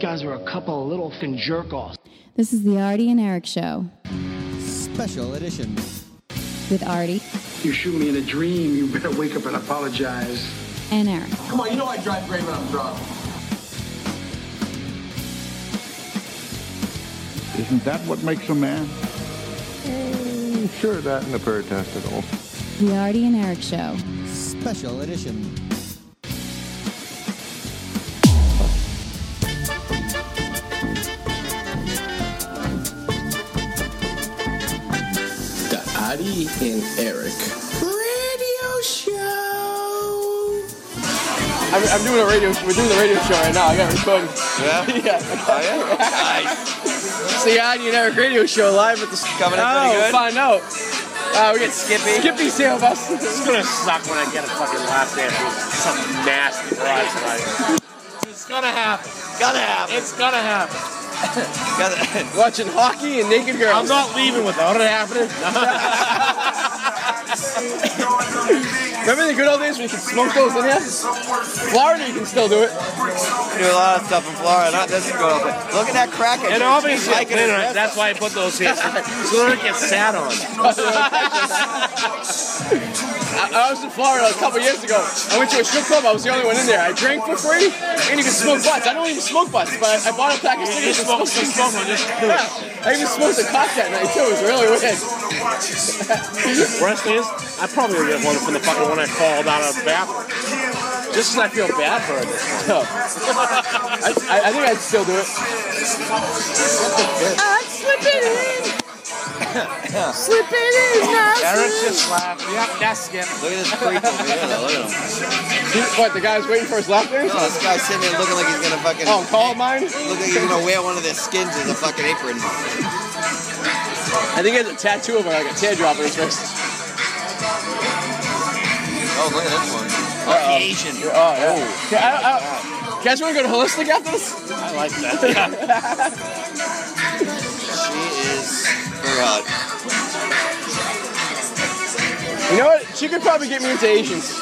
guys were a couple of little fin jerk offs. This is the Artie and Eric Show Special edition. with Artie You shoot me in a dream, you better wake up and apologize. and Eric. Come on, you know I drive great when I'm drunk. Isn't that what makes a man? sure, that and a pair of testicles. The Artie and Eric Show. Special edition. The Adi and Eric radio show. I'm, I'm doing a radio. We're doing the radio show right now. I got it recording. Yeah. yeah. It's the Adi and Eric radio show live at the coming in pretty Oh, good? Find out. Uh, we get Skippy. Skippy's here with us. It's gonna suck when I get a fucking last name from some nasty last night. It's gonna happen. Gotta happen. It's gonna happen. Gotta. Watching hockey and naked girls. I'm not leaving without it happening. Remember the good old days when you could smoke those in here? Florida, you can still do it. do a lot of stuff in Florida. Not this girl, but look at that crack. I And just obviously, like it in I- the that's why I put those here. So they don't get sat on. I, I was in Florida a couple years ago. I went to a strip club. I was the only one in there. I drank for free, and you could smoke butts. I don't even smoke butts, but I, I bought a pack of You cigarettes. just and smoke, smoked you smoke one, just them. Yeah, I even smoked a cock that night too. It was really weird. Worst is, I probably would get one from the fucking one I called out of the bathroom. Just 'cause I feel bad for it. So, I, I, I think I'd still do it. Eric's just Laugh. Yep, that's it. look at this freak over here. though. Look at him. He- What the guy's waiting for his lap dance? No, Oh, this guy's sitting there looking like he's gonna fucking Oh, call mine. look like he's gonna wear one of their skins as a fucking apron. I think he has a tattoo of like a teardrop on his wrist. Oh, look at this one. Uh-oh. Oh, Asian. Oh, yeah. Okay, I- I- You guys want to go to holistic after this? I like that. She is forgot. You know what? She could probably get me into Asians.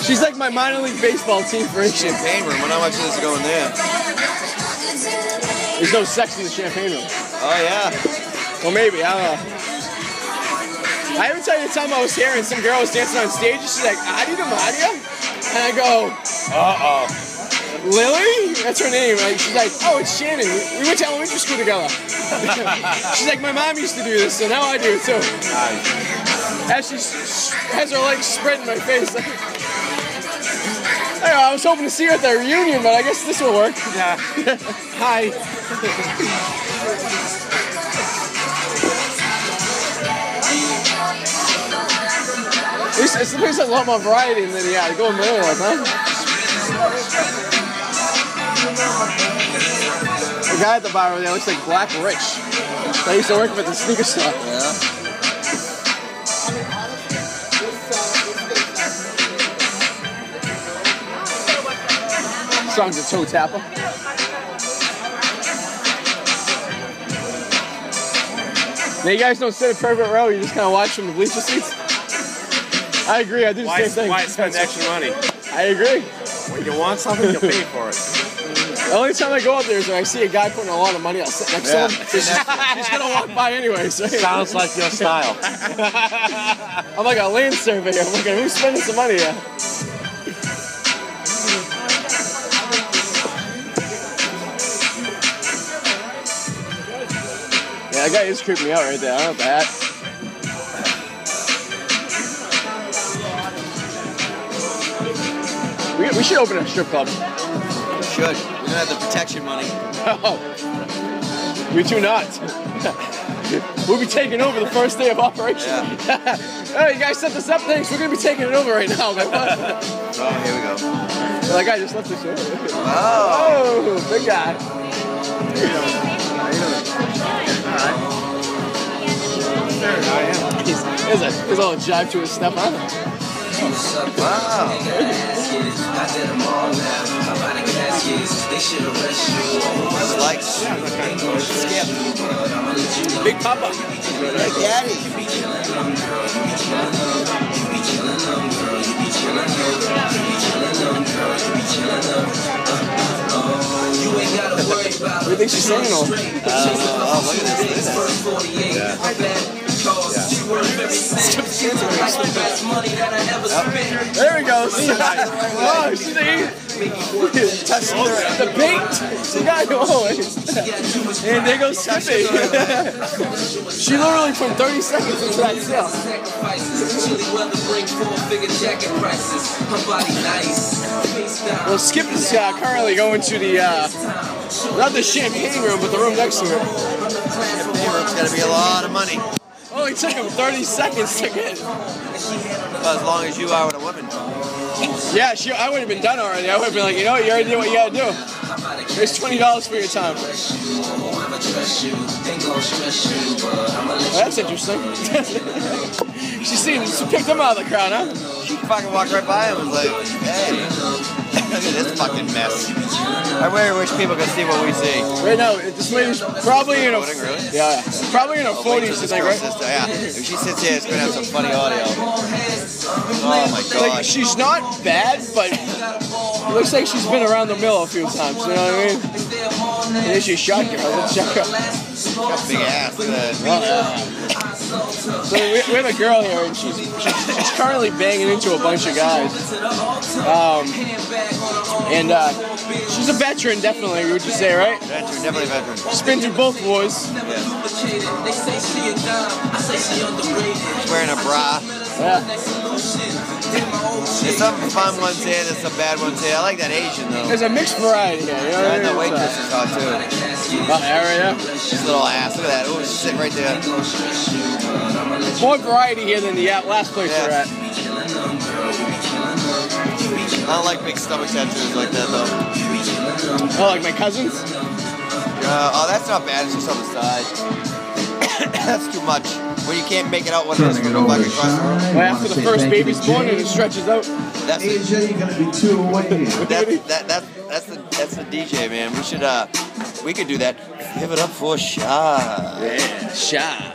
She's like my minor league baseball team for Asians. Champagne room. I wonder how much of this is going there. There's no sex in the champagne room. Oh yeah. Well, maybe. I don't know. I haven't tell you the time I was here and some girl was dancing on stage and she's like, Adi de Maria? And I go, Uh-oh. Lily? That's her name. Like, she's like, oh, it's Shannon. We we went to elementary school together. she's like, my mom used to do this, so now I do it too. As she s- s- has her legs spread in my face. Like, I, know, I was hoping to see her at the reunion, but I guess this will work. Yeah. Hi. It's, it's the place that has a lot more variety than the uh, Golden Mirror was, huh? The guy at the bar over there looks like Black Rich. I used to work with the sneaker store. Yeah. Songs a toe tapper. Now you guys don't sit in private row, you just kind of watch from the bleacher seats. I agree, I do the Why, same thing. why spend extra money? I agree. When you want something, you pay for it. The only time I go up there is when I see a guy putting a lot of money, I'll sit next to him. He's just- he's gonna walk by anyways, right? Sounds like your style. I'm like a land surveyor. I'm like, who's spending some money here? Yeah, that guy is creeping me out right there. I don't know about that. We, we should open a strip club. Should. We don't have the protection money. No. We do not. we'll be taking over the first day of operation. oh, you guys set this up? Thanks. We're going to be taking it over right now. Like, what? Oh, here we go. Like I just left the show. Oh. Oh, big guy. He's, he's, a, he's all jive to his step, huh? Wow. It's like Skip. Big Papa. Like Daddy. We think she's singing all. Oh, look at this. Look at that. There we go. oh, see? Touch the lyric. The paint. She got it all. and there goes Tiffany. she literally from 30 seconds into that sale. Well, Skip is uh, currently going to the, uh, not the champagne room, but the room next to it. It's got to be a lot of money. Only took him 30 seconds to get. Well, as long as you are with a woman. Yeah, she, I would have been done already. I would have been like, you know, what, you already did what you gotta do. Here's twenty dollars for your time. Well, that's interesting. she seems she picked him out of the crowd, huh? She fucking walked right by and was like, hey, look at this fucking mess. I really wish people could see what we see. Right now, this lady's probably in a Voting, really? yeah, probably in her Oh, wait till forties. this Like, girl right? says to- yeah. If she sits here, it's gonna have some funny audio. Oh my like god. she's not bad, but looks like she's been around the mill a few times. You know what I mean? And then she shot you. Let's check her. Got big ass. Look at that. So we, we have a girl here, and she's, she's, she's currently banging into a bunch of guys. Um, and uh, she's a veteran, definitely, we would just say, right? Veteran, definitely veteran. She's been through both wars. She's wearing a bra. Yeah. There's some fun ones here, there's some bad ones here. I like that Asian though. There's a mixed variety here, you know what I And the mean? waitress is hot too. Oh, there we go. This little ass. Look at that. Oh, she's sitting right there. More variety here than the uh, last place Yeah. we're at. I don't like big stomach tattoos like that though. Oh, like my cousins? Uh, oh, that's not bad. It's just on the side. that's too much. When you can't make it out when it's Turning it fucking over to across the room. Shine. Well, after the first baby's born and it stretches out. That's it. Asia, you're gonna be two away. That, that, that, that's the that's the DJ man. We should uh we could do that. Give it up for Sha. Yeah, shy.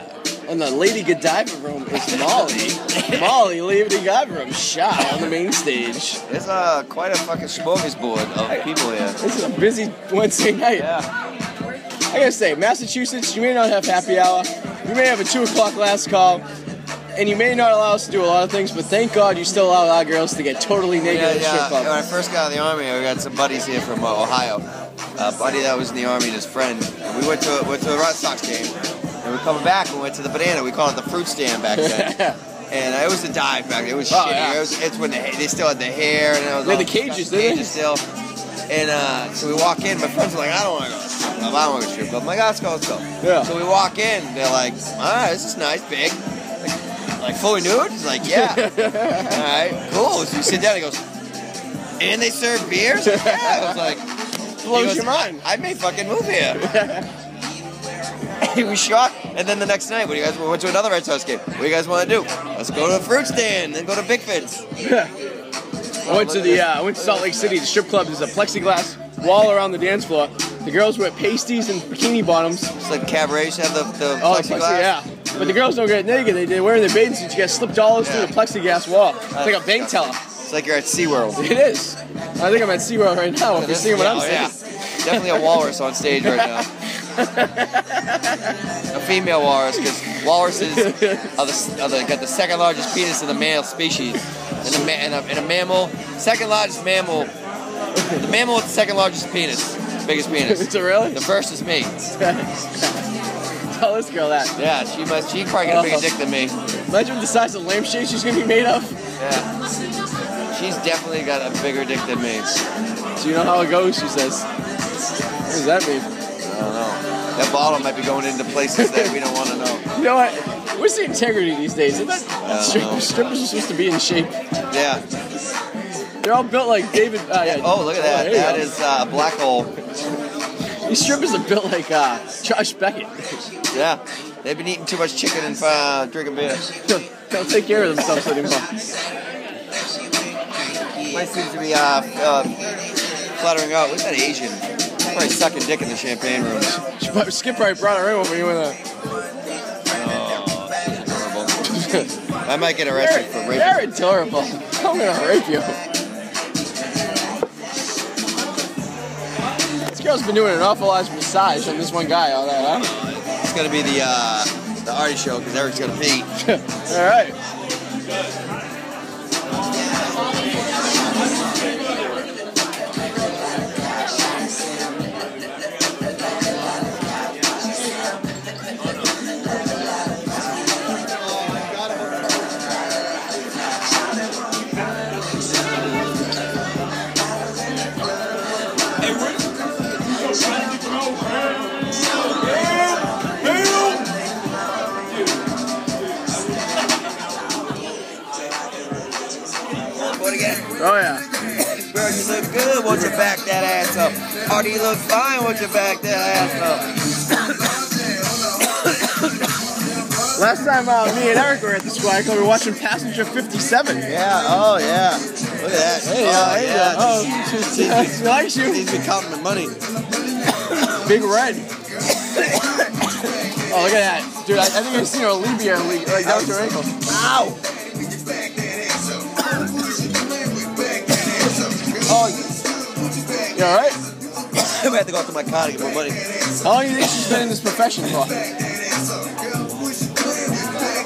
On the Lady Godiva room is Molly. Molly, Lady Godiva room, shy on the main stage. There's uh quite a fucking smorgasbord of people here. This is a busy Wednesday night. Yeah. I gotta say, Massachusetts, you may not have happy hour. You may have a 2 o'clock last call. And you may not allow us to do a lot of things, but thank God you still allow our girls to get totally naked Yeah, at the strip yeah. When I club. first got out of the army, we got some buddies here from uh, Ohio. A buddy that was in the army and his friend. And we went to went to a Red Sox game. And we're coming back and went to the banana. We called it the fruit stand back then. And uh, it was a dive back. then. It was Oh, shitty. yeah. It was, it's when the, ha- they still had the hair and it was They had all the cages, disgusting didn't they? cages still. And uh, so we walk in. My friends are like, I don't want to go to the strip club. I don't want to go to the strip club. I'm like, "Ah, let's go, let's go. Yeah. So we walk in. They're like, all right, this is nice, big. Like, like fully nude? He's like, yeah. all right, cool. So you sit down. He goes, and they serve beers? Like, yeah. I was like, he Blows goes, your mind. I, I may fucking move here. he was shocked. And then the next night, what do you guys? We went to another Red Sox game. What do you guys want to do? Let's go to the fruit stand, then go to Big Fence. I went to the uh, I went to Salt Lake City. The strip club is a plexiglass wall around the dance floor. The girls wear pasties and bikini bottoms. It's like cabarets have the the Oh, plexiglass. plexi- yeah. But the girls don't get naked. They, they're wearing their bathing suits. You get slipped dollars Yeah. through the plexiglass wall. It's like a bank teller. It's like you're at SeaWorld. It is. I think I'm at SeaWorld right now. If you're seeing what I'm Oh, seeing. yeah. Definitely a walrus on stage right now. a female walrus, because walruses are the, are the got the second largest penis in the male species, and a, ma- and a, and a mammal, second largest mammal, the mammal with the second largest penis, biggest Is penis. it really? The first is me. Tell this girl that. Yeah, she must. She probably got a bigger dick than me. Imagine the size of lampshade she's gonna be made of. Yeah. She's definitely got a bigger dick than me. Do you know how it goes? She says. What does that mean? That bottle might be going into places that we don't want to know. You know what? What's the integrity these days? It's stri- know. strippers are supposed to be in shape. Yeah. They're all built like David. Uh, yeah. Oh, look at that. there you That go. is uh, a black hole. These strippers are built like uh, Josh Beckett. Yeah. They've been eating too much chicken and uh, drinking beer. They'll take care of themselves anymore. Mine seems to be uh, uh, fluttering out. Look at that Asian. Probably sucking dick in the champagne room. She probably- Skip probably brought her in when we went. Uh, Oh, Adorable. I might get arrested for they're, raping. they're adorable. I'm gonna rape you. This girl's been doing an awful lot of massage on this one guy all that, huh? It's gonna be the uh, the Artie show because Eric's gonna pee. All right. Oh yeah. Bro, you look good. Won't you back that ass up? Artie, you look fine. Won't you back that ass up? Last time uh, me and Eric were at the squad club, we were watching Passenger 57. Yeah, oh yeah. Look at that. Hey, oh, uh, hey, yeah. uh, oh, He's- she likes you. He's been counting the money. Big red. oh, look at that. Dude, I, I think I've seen her Libya leak, like down to her ankle. Ow! Oh, You alright? I'm gonna have to go out to my car to get more money. How long do you think she's been in this profession for?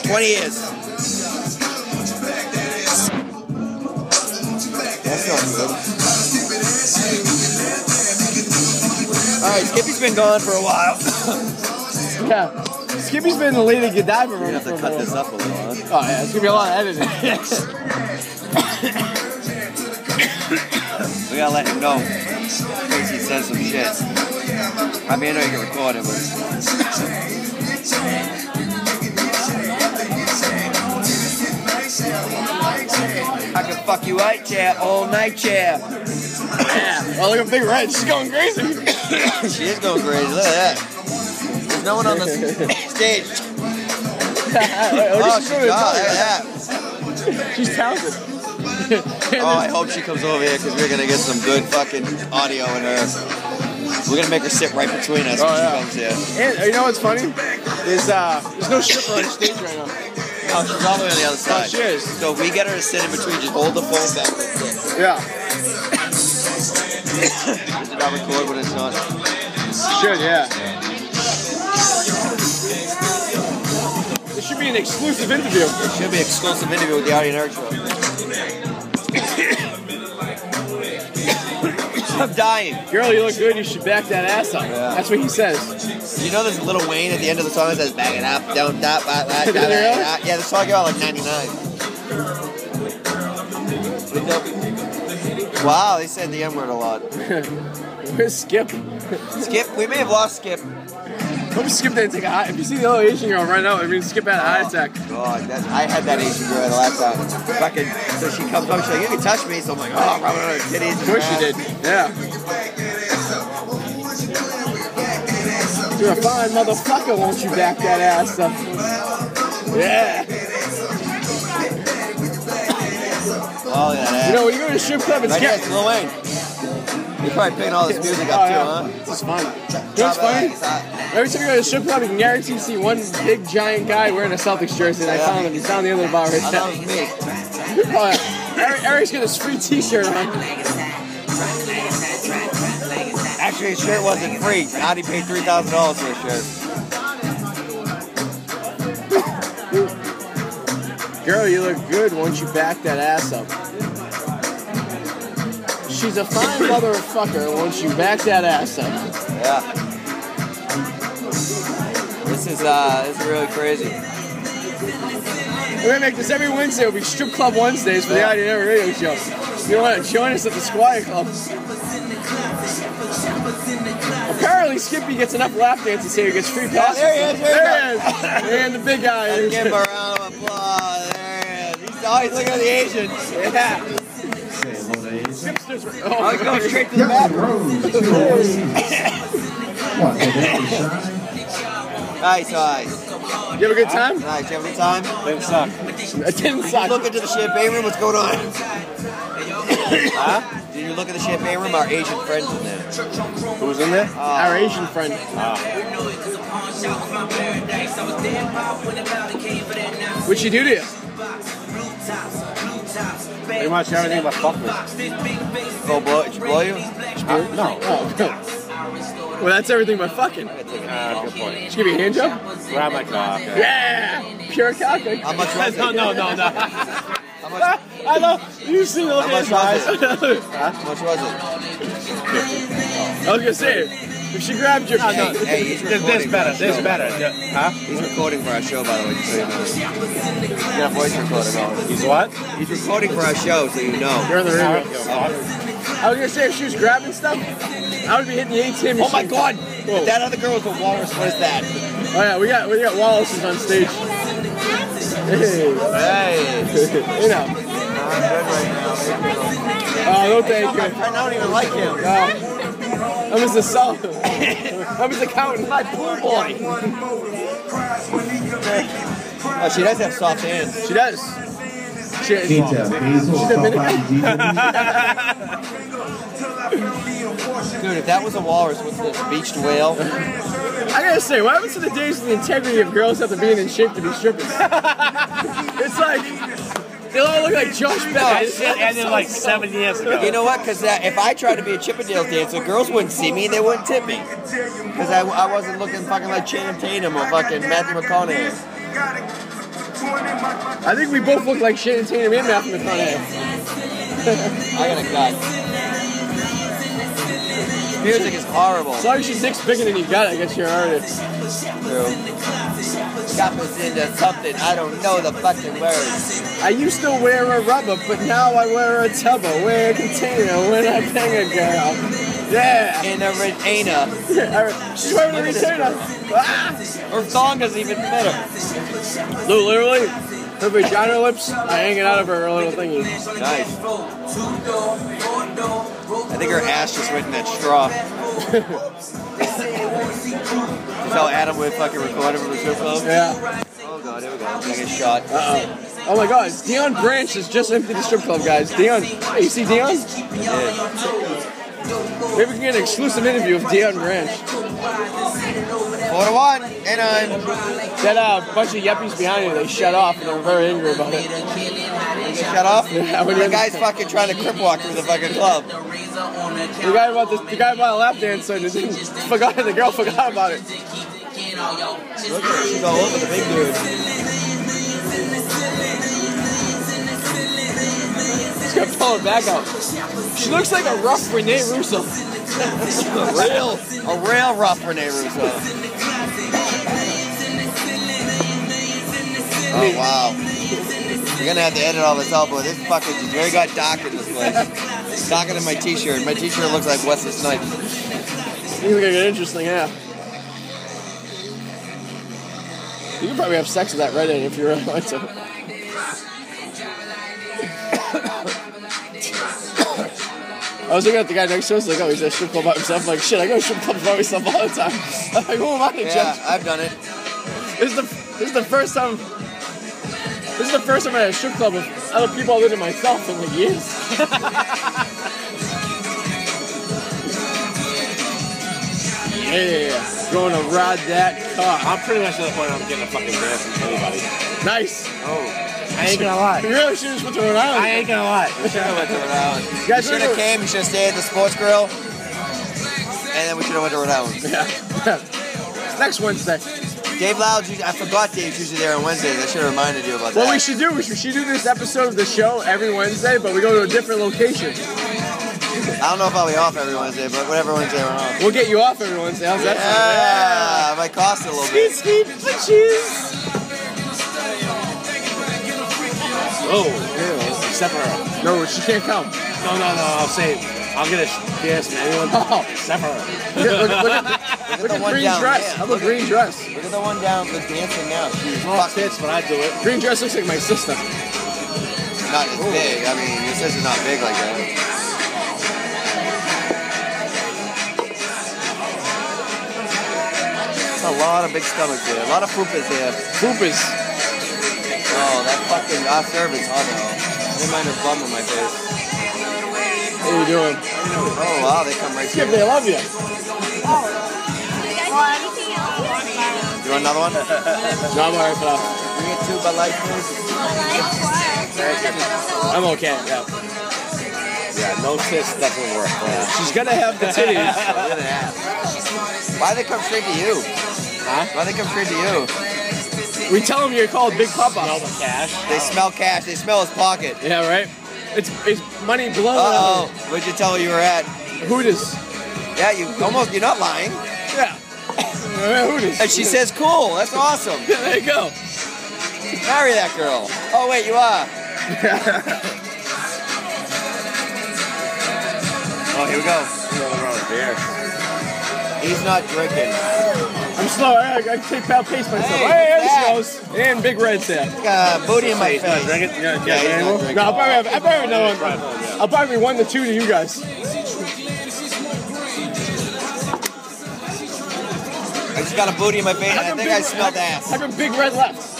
20 years. That's not good. Alright, Skippy's been gone for a while. Yeah. Skippy's been in the lead of Godiva We're room gonna have for to a cut while. this up a little, huh? Oh yeah, it's gonna be a lot of editing. We gotta let him know. In case he says some shit. I mean, I know you can record it, but. I can fuck you right chair all night chair. oh look at Big Red, she's going crazy. She is going crazy. Look at that. There's no one on the s- stage. Look Oh, at she's she's doing it. gone. Look at that. She's talented. Oh, I hope she comes over here because we're gonna get some good fucking audio in her. We're gonna make her sit right between us when Oh, yeah. she comes here. And you know what's funny? Is uh there's no stripper on stage right now. Oh, she's all the way on the other side. she is. So if we get her to sit in between. Just hold the phone back. real quick. Yeah. Just about record when it's not. Should, yeah. This should be an exclusive interview. It should be exclusive interview with the Artie and Eric show. I'm dying. Girl, you look good. You should back that ass up. Yeah. That's what he says. You know there's Little Wayne at the end of the song that says back it up, don't dot, dot, dot, dot, Really? dot. Yeah, the song came out like 99. Wow, they said the N word a lot. Where's Skip? Skip, we may have lost Skip. Hope Skip didn't take a high. If you see the little Asian girl run out, I mean, Skip had a heart attack. God, that, I had that Asian girl the last time. Fucking, so she comes up, she's like, you can touch me. So I'm like, oh, I'm rubbing her titties. Of course you did. Yeah. You're a fine motherfucker, won't you back that ass up? Yeah. Oh, yeah, that. You know, when you go to a strip club, it's Right here, Skip. it's Lil Wayne. He's probably picking all this music Oh, up too, yeah. huh? This is fun. You know what's funny? Every time you go to a strip club, you can guarantee you see one big giant guy wearing a Celtics jersey, and I found him. He's down the end of the bar I right thought now. it was me. Oh, yeah. Eric, Eric's got his free T-shirt on. Actually, his shirt wasn't free. How'd he pay three thousand dollars for a shirt? Girl, you look good. Won't you back that ass up? She's a fine motherfucker. Won't you back that ass up? Yeah. This is uh, this is really crazy. We're gonna make this every Wednesday. It'll be strip club Wednesdays for the IDN Radio Show. If you want to join us at the Squire Club. Apparently, Skippy gets enough lap dances here. He gets free passes. there he is, there There he is. and the big guy. Give him a round of applause. There he is. He's always looking at the Asian. Yeah. Skipsters. Oh, I was going Oh, straight to the bathroom. Nice eyes. You have a good time? Nice. You have a good time? They suck. It didn't You suck. look into the champagne room. What's going on? huh? Did you look at the champagne room? Our Asian friends in there. Who's in there? Uh, Our Asian friend. What'd she do to you? Pretty much everything but fuck me. Oh, blow, did she blow you? Uh, no. Oh, Well, that's everything but fucking. I gotta take a Ah, minute good point. Just give me a hand job. Grab my cock. Yeah, pure cocktail. How much was it? No, no, no, no. How much, I love you. See the look How in his much eyes. was I how much was was gonna say, if she grabbed your, it? Hey, hey, he's This, recording. this for better. our This show. better. Huh? He's recording for our show, by the way. Just so you know. You got a voice recorder on. He's what? He's recording for our show, so you know. You're in the room. Oh I was gonna say if she was grabbing stuff, I would be hitting the ATM. Oh my machine. God! Whoa. If that other girl was a walrus, what is that? Oh yeah, we got we got Wallace is on stage. Hey, Hey, you know. Oh, no thank you. I don't even like him. No. I'm just a sub. I'm just a counting. My pool boy. Oh, she does have soft hands. She does. She, she's Dominican. Dude, if that was a walrus, what's this? Beached whale? I gotta say, what happens to the days of the integrity of girls after being in shape to be strippers? it's like they all look like Josh That Bell. shit ended like seven years ago. You know what? Because if I tried to be a Chippendale dancer, girls wouldn't see me, they wouldn't tip me. Because I, I wasn't looking fucking like Channing Tatum or fucking Matthew McConaughey. I think we both look like shit and Tatum and Matthew McConaughey. I got a cut. Music is horrible. As long as your dick's bigger than you got, I guess you're an artist. Got us into something. I don't know the fucking words. I used to wear a rubber, but now I wear a tubber. Wear a container when I bang a girl. Yeah. In a retina. Alright, She's wearing a Look at this retainer. Ah! Her thong is even better. No, literally, her vagina lips are hanging out of her little thingy. Nice. I think her ass just went in that straw. That's how Adam would fucking record it from his earphone. Yeah. Oh god, here we go. I'm gonna get shot. Uh-oh. Oh my god, Dion Branch has just emptied the strip club, guys. Dion, hey, you see Dion? Maybe we can get an exclusive interview with Dion Branch. Four to one, and I'm That uh, bunch of yuppies behind you, they shut off and they were very angry about it. shut off. Yeah, when the you're- guy's fucking trying to crip walk through the fucking club. The guy about this, the guy about the lap dancer, and the, forgot, the girl forgot about it. Look at her, she's all over the big dude. She's gonna pull it back out. She looks like a rough Renee Russo. A real, a real rough Rene Russo. Oh wow. You're gonna have to edit all this out, boy. This fucking just very got dark in this place. Darker than my t-shirt. My t-shirt looks like Wesley Snipes. Things are gonna get interesting, yeah. You could probably have sex with that redhead if you really want to. I was looking at the guy next to us, like, oh, he's at a strip club by himself. I'm like, shit, I go to strip club by myself all the time. I'm like, who am I to Yeah, judge? I've done it. This is the this is the first time. This is the first time I'm at a strip club with other people other than myself in like years. yeah, going to ride that car. I'm pretty much to the point I'm getting a fucking dance from anybody. Nice. I ain't gonna lie. You really should have just went to Rhode I Island. ain't gonna lie. You guys should have remember- came. You should have stayed at the sports grill. And then we should have went to Rhode Island. It's next Wednesday. Dave Loud's. usually- I forgot Dave's usually there on Wednesdays. I should have reminded you about that. What we should do, we should, we should do this episode of the show every Wednesday, but we go to a different location. I don't know if I'll be off every Wednesday, but whatever Wednesday we're on. We'll get you off every Wednesday. How's that sound? Yeah, it might cost a little Skeet, bit. skeet, punches. Oh, yeah, separate. No, she can't come. No, no, no. I'll say. I'll get a dance from anyone. Oh, Separate. look, look, look Look at Look at at the one green down. dress. Yeah, How about green dress? Look at the one down. The dancing now. She's Fuck fucking tits, but I do it. Green dress looks like my sister. not as big. I mean, your sister's not big like that. That's A lot of big stomachs here. A lot of poopas here. Poopers. Oh, that fucking our service. Oh no. I didn't mind her bum in my face. What are you doing? Oh wow, they come right Yeah, here. they love you. You want another one? We No, I'm alright uh, for now. get two Bud Lights, please. I'm okay. Yeah. Yeah, no tits doesn't work. man. She's gonna have the Look titties. at that. Why they come straight to you? Why they come straight to you? we tell him you're called Big Smell Papa. the cash. They smell cash. They smell his pocket. Yeah, right. It's it's money blowing. Uh out oh. Where'd you tell her you were at? of Hooters. Yeah, you almost. You're not lying. Yeah. Uh, Hooters. And she says, "Cool. That's awesome. there you go. Marry that girl." Oh wait, you are. oh, here we go. Another round of beer. He's not drinking. I'm slow. I, I take foul pace myself. Hey, Hey, there she back. goes. And Big Red's there. Got a booty in my He's not face. drinking. Yeah, Yeah, he's not yeah, drinking. No, I'll probably have, I'll probably have another one. I'll probably one to two to you guys. I just got a booty in my face. I think I smelled ass. I've been Big Red left.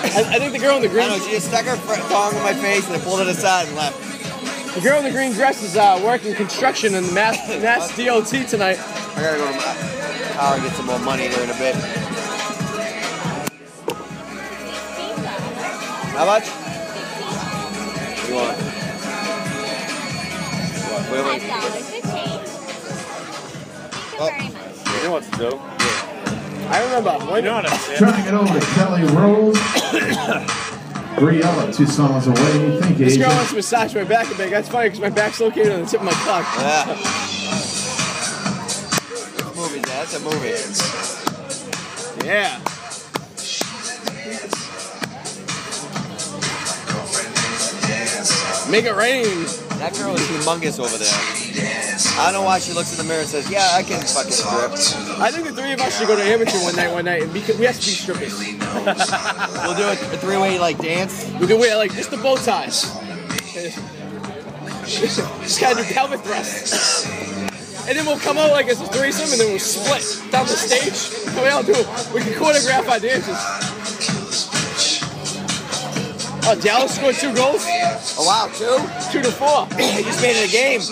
I, I think the girl in the I don't green know. She just stuck her fr- tongue in my face and then pulled it aside and left. the girl in the green dress is uh, working construction in the Mass, Mass DOT tonight. I gotta go to my car and get some more money here in a bit. How much? You want? What? Wait, wait. Oh, You know what to do. I remember. You When, know what I'm saying? Trying to get over to Kelly Rose. Briella, two songs away. Thank you, this girl Agent. wants to massage my back a bit. That's funny because my back's located on the tip of my cock. Yeah. What movie is that? That's a movie. Yeah. Make it rain. That girl is humongous over there. I don't know why she looks in the mirror and says, "Yeah, I can fucking strip." I think the three of us should go to Hamilton one night, one night, and be, we have to be strippers. We'll do a, a three-way like dance. We can wear like just the bow ties. just gotta do pelvic thrusts. And then we'll come out like it's a threesome and then we'll split down the stage. And we all do We can choreograph our dances. Oh, Dallas scored two goals? Oh wow, two. Two to four. They just made it a game.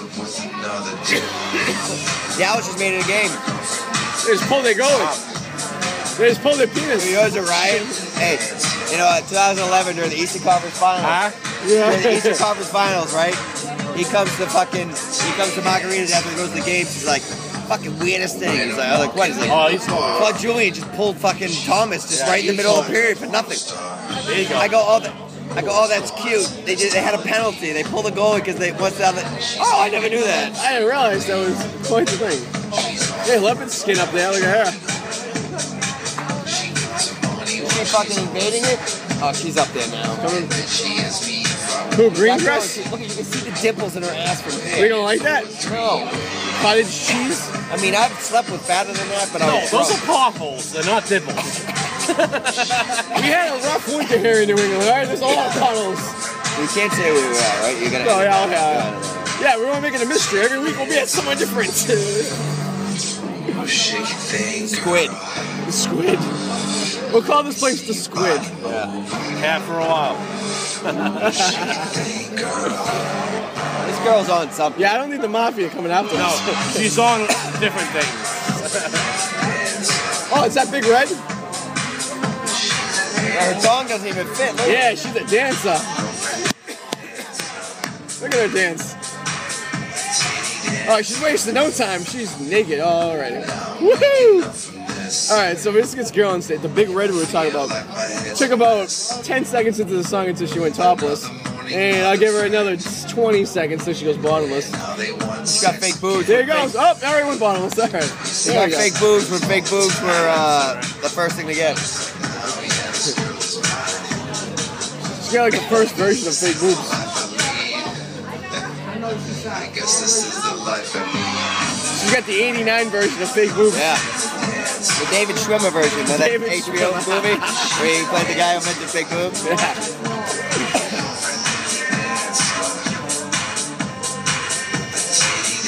Dallas just made it a game. They just pull their goalies. They just pull their penis. Yours are right. Hey, you know, uh, 2011 during the Eastern Conference Finals. During the Eastern Conference Finals, right? He comes to fucking, he comes to margaritas after he goes to the game. She's like, fucking weirdest thing. He's like, I'm like, what? He's like, Oh, he's going. Claude Julian just pulled fucking Thomas just right in the middle of the period for nothing. There you go. I go, oh, that, I go, oh, that's cute. They just, they had a penalty. They pulled the goal because they what's the other? Oh, I never knew that. I didn't realize that was quite the thing. Hey, leopard skin up there. Look at her. Is she fucking invading it? Oh, she's up there now. Coming. Who, green That girl, dress? she- Look, you can see the dimples in her ass from We here. don't like that. No. Cottage cheese. I mean, I've slept with fatter than that, but I No, was those drunk. are potholes. They're not dimples. We had a rough winter here in New England, all right? There's a lot of puddles. We can't say where we were at, right? You're gonna. Oh, yeah, okay. Yeah, we want to make it a mystery. Every week we'll be at somewhere different. Squid. Squid. We'll call this place the Squid. Half for a while. This girl's on something. Yeah, I don't need the mafia coming after No, us. she's on different things. Oh, it's that big red? Yeah, Her tongue doesn't even fit. Look. Yeah, she's a dancer. Look at her dance. Oh, she's wasting no time. She's naked. All right. Woohoo! All right, so this gets girl on stage. The big red we were talking about took about 10 seconds into the song until she went topless. And I'll give her another 20 seconds till she goes bottomless. She's got fake boobs. There you go. Up, oh, everyone bottomless. All right. She's There got you go. fake boobs when fake boobs were uh, the first thing to get. She's got like the first version of fake boobs. I guess this is the life I She's got the 89 version of fake boobs. Yeah. The David Schwimmer version of that David HBO Schwimmer. movie where he played the guy who meant to fake boobs.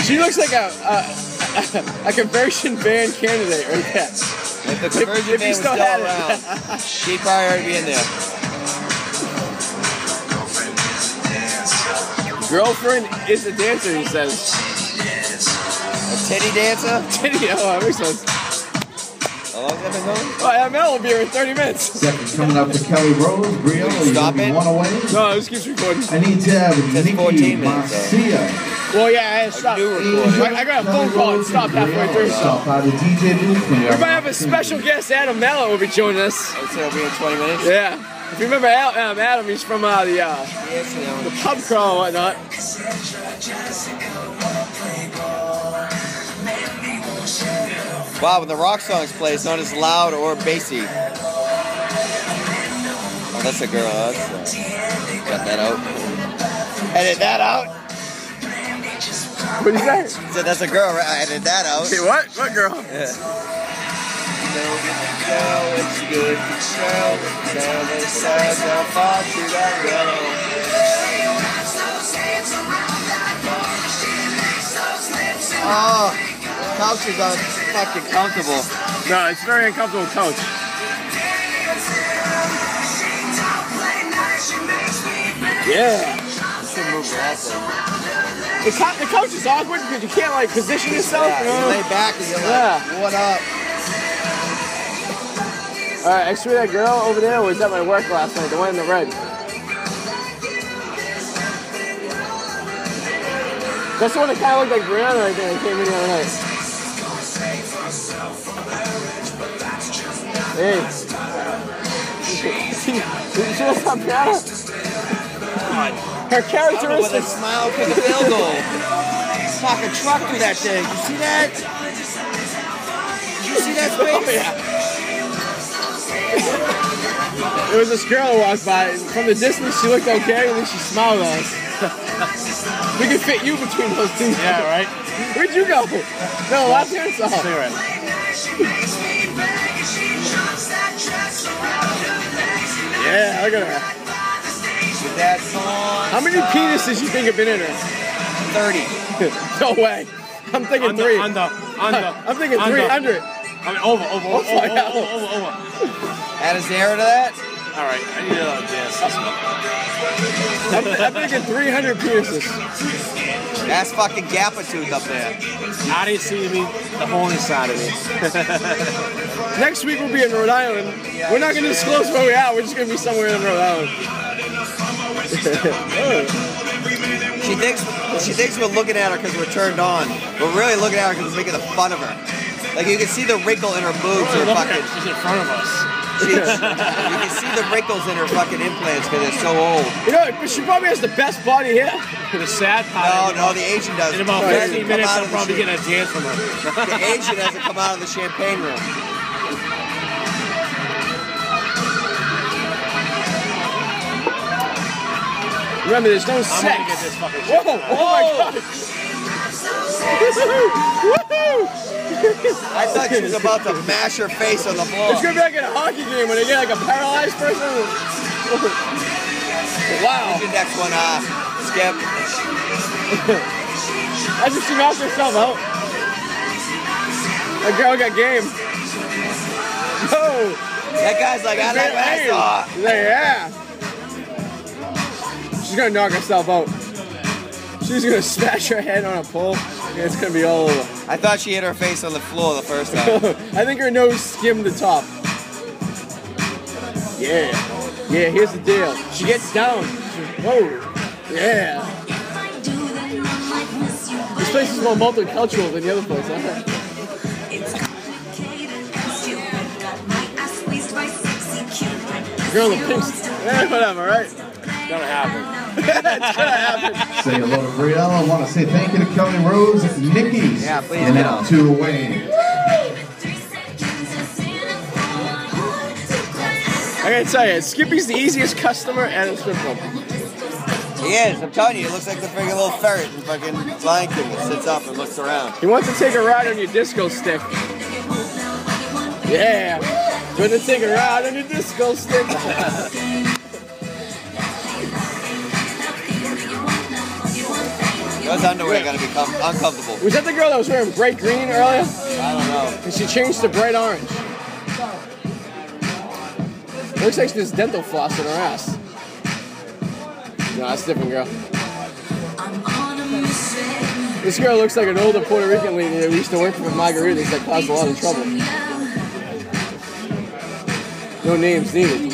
She looks like a a, a conversion ban candidate right there. If the conversion van if he was still still had it. around, she'd probably already be in there. Girlfriend is a dancer, he says. A titty dancer? Titty, oh, that makes sense. A How long has that been going? Oh, I have Mel beer in 30 minutes. Second coming up for Kelly Rose, Brielle, you're Stop gonna be it. one away. No, this keeps recording. I need to have That's Nikki 14 minutes, though. Marcia. Well, yeah, I had to stop. do record. I, I got a phone call and stopped halfway through. So. Stop by the DJ booth. We might have a special guest, Adam Mello, will be joining us. I'd say it'll be in 20 minutes. Yeah. If you remember Al- um, Adam, he's from uh, the, uh, Yes, you know. the pub crawl and whatnot. Wow, when the rock songs play, it's not as loud or bassy. Oh, that's a girl. That's uh, cut that out. Edit that out. What is that? So that's a girl. Right? I edited that out. Hey, what? What girl? Oh, couch is fucking comfortable. No, it's a very uncomfortable couch. Yeah. The, co- the couch is awkward because you can't like position yourself. you Yeah, know? you lay back and you're like, Yeah. what up? All right, actually, that girl over there was at my work last night, the one in the red. That's the one that kind of looked like Brianna right there that came in the other night. Hey. See, did you see what's up, Brianna? I Her don't know whether to characteristics. smile, pick a field goal. Fuck a truck through that thing. You see that? You see that Oh, space? yeah. there was this girl who walked by. and From the distance, she looked okay, and then she smiled at us. we could fit you between those two. Yeah, right? Where'd you go? No, last year it's all. Cigarette. Yeah, look at her. With that song. How many penises you think have been in her? 30. no way. I'm thinking Under, three. under, under. I'm thinking under. 300. I mean, over, over, over, my God. over, over, over, over. Add a zero to that? All right, I need a little dance. I'm, I'm thinking 300 penises. That's fucking Gapatooth up there. How do you see me? The horny side of me. Next week we'll be in Rhode Island. We're not going to disclose where we are. We're just going to be somewhere in Rhode Island. She thinks she thinks we're looking at her because we're turned on. We're really looking at her because we're making fun of her. Like you can see the wrinkle in her boobs Look or at fucking. her, She's in front of us. She, you can see the wrinkles in her fucking implants because they're so old. You know, but she probably has the best body here. The sad No, part no, the Asian does. in about She doesn't 15 come minutes, out I'm of the probably cha- getting a dance from her. The Asian hasn't come out of the champagne room. Remember, there's no I'm sex. gonna get this fucking Whoa! shit. Oh my god! Woohoo! I thought she was about to mash her face on the floor. It's gonna be like in a hockey game when they get like a paralyzed person. Who's wow! your next one, uh, Skip? I just she knocked herself out. That girl got game. Whoa! That guy's like, I like what I saw. She's like, yeah. She's gonna knock herself out. She's gonna smash her head on a pole, and it's gonna be all over. I thought she hit her face on the floor the first time. I think her nose skimmed the top. Yeah. Yeah, here's the deal. She gets down. Whoa. Yeah. This place is more multicultural than the other place, huh? Girl in pink. Yeah, whatever, right? Gonna happen. Say hello to Brielle. I want to say thank you to Kelly Rose and Nikki's. Yeah, please And get now on. two away. I gotta tell you, Skippy's the easiest customer at a strip club. He is, I'm telling you, it looks like the freaking little ferret in fucking Lion King that sits up and looks around. He wants to take a ride on your disco stick. Yeah. Gonna take a ride on your disco stick. Those underwear gotta become uncomfortable. was that the girl that was wearing bright green earlier? I don't know. And she changed to bright orange. Looks like there's dental floss in her ass. No, that's a different girl. This girl looks like an older Puerto Rican lady that we used to work with at margaritas that caused a lot of trouble. No names needed.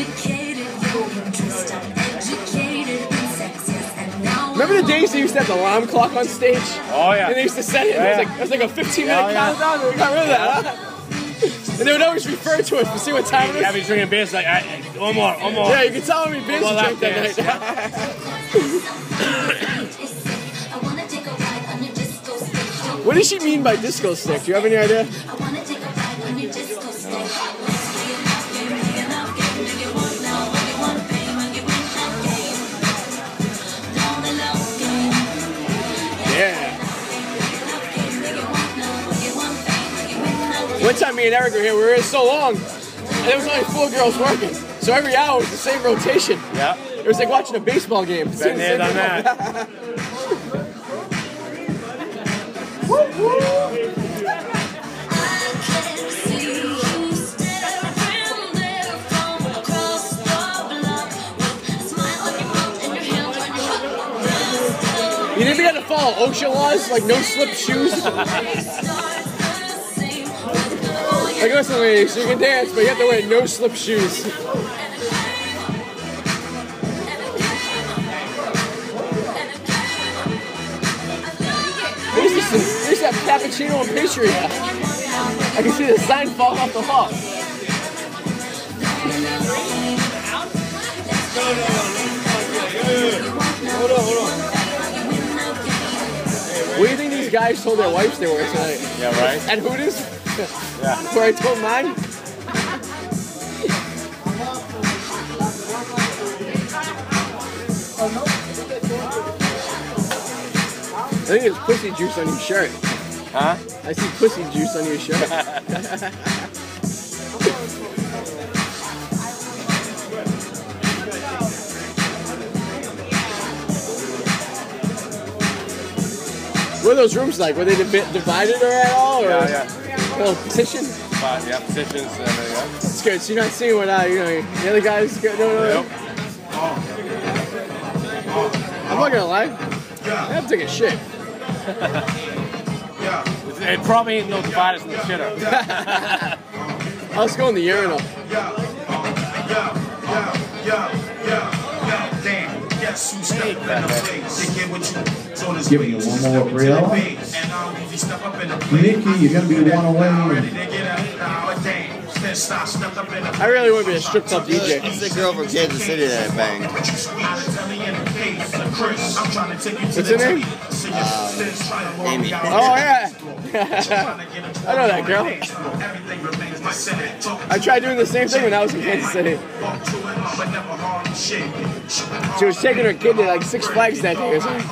Remember the days they used to have the alarm clock on stage? Oh, yeah. And they used to set it. Yeah, It, was yeah. like, it was like a 15 Oh, minute yeah. countdown. and We got rid of that. Huh? and they would always refer to us to see what time it Have was. you drinking beers? Like, I, I- one more, one more. Yeah, you can tell how many beers Well, you drank that that dance, night. What does she mean by disco stick? Do you have any idea? Yeah. One time me and Eric were here, we were here so long, and there was only four girls working. So every hour was the same rotation. Yeah. It was like watching a baseball game. Been there, done that. You didn't even have to follow OSHA laws, like no slip shoes. Like listen, ladies, you can dance, but you have to wear no slip shoes. There's this, there's that cappuccino and pastry. I can see the sign fall off the wall. What do you think these guys told their wives they were tonight? Yeah, right? At Hooters? Where I told mine? I think it's pussy juice on your shirt. Huh? I see pussy juice on your shirt. what are those rooms like? Were they divi- divided or at all? Or Yeah, yeah. Well, petition? But, yeah, positions and everything. It's good. So you're not seeing what I, you know, the other guys. Go, no, no, no. Nope. I'm not gonna lie. I have to take a shit. It probably ain't no dividers in the shitter. I was going to the urinal. Giving you one more reel. Nikki, you're going to be one away. I really would be a strip club DJ. This is the girl from Kansas City that I banged. What's her name? Amy. Oh yeah. I know that girl. I tried doing the same thing when I was in Kansas City. She was taking her kid to like Six Flags that day or something.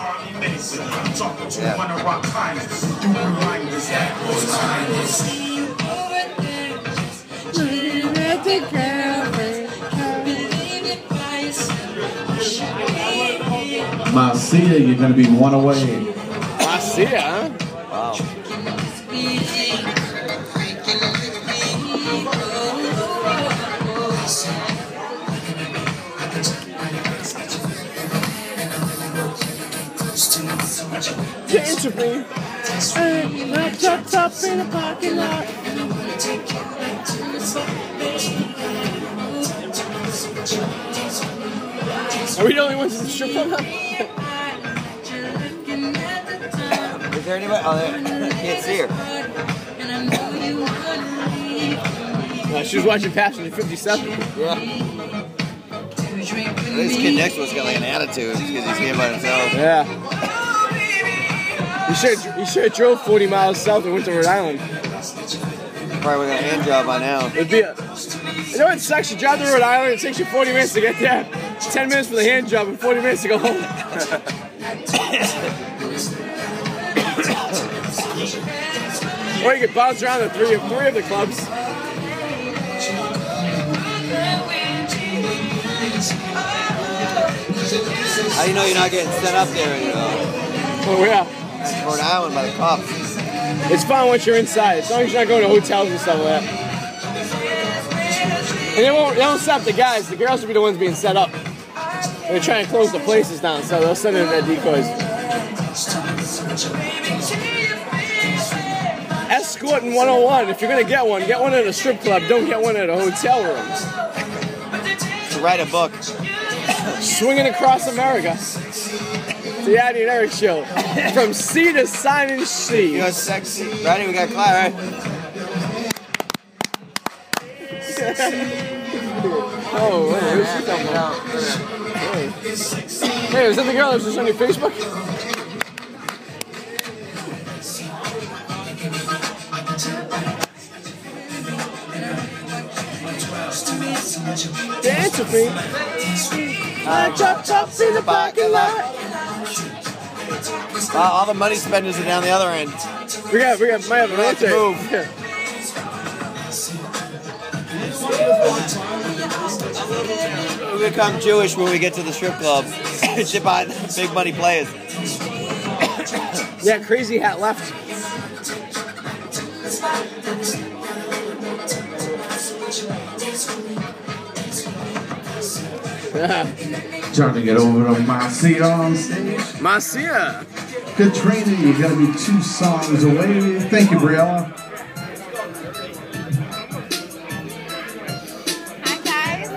Yeah. Marcia, you're going to be one away. I see it, huh? Dance with me. Are we the only ones in the strip club? now? Is there anybody? Oh, there. I can't see her. Uh, she was watching Passion in 57. This kid next to us got like an attitude because he's here by himself. Yeah. You should you should have drove 40 miles south and went to Rhode Island. Probably with a hand job by now. It'd be a, you know what sucks? You drive to Rhode Island, it takes you 40 minutes to get there, 10 minutes for the hand job, and 40 minutes to go home. or you could bounce around the three of three of the clubs. How do you know you're not getting sent up there in uh, Oh yeah, Rhode Island by the cops? it's fun once you're inside, as long as you're not going to hotels and stuff like that. And they won't they don't stop the guys. The girls will be the ones being set up. They're trying to close the places down, so they'll send in their decoys. oh Escorting 101. If you're gonna get one, get one at a strip club. Don't get one at a hotel room. write a book. Swinging across America. The Addy and Eric Show. From sea to signing sea. You know, sexy. Ready? We got Clyde, right? Oh, wait, where's she coming from? Hey, was that the girl that was just on your Facebook? Dance with me. I chop chops in the parking lot. Wow, all the money spenders are down the other end. We got, we got, might have an Let's answer. move. Here. We become Jewish when we get to the strip club. Shit behind the big money players. Yeah, crazy hat left. Trying to get over to my seat on stage. Masia. Katrina, you gotta be two songs away. Thank you, Briella. Hi guys.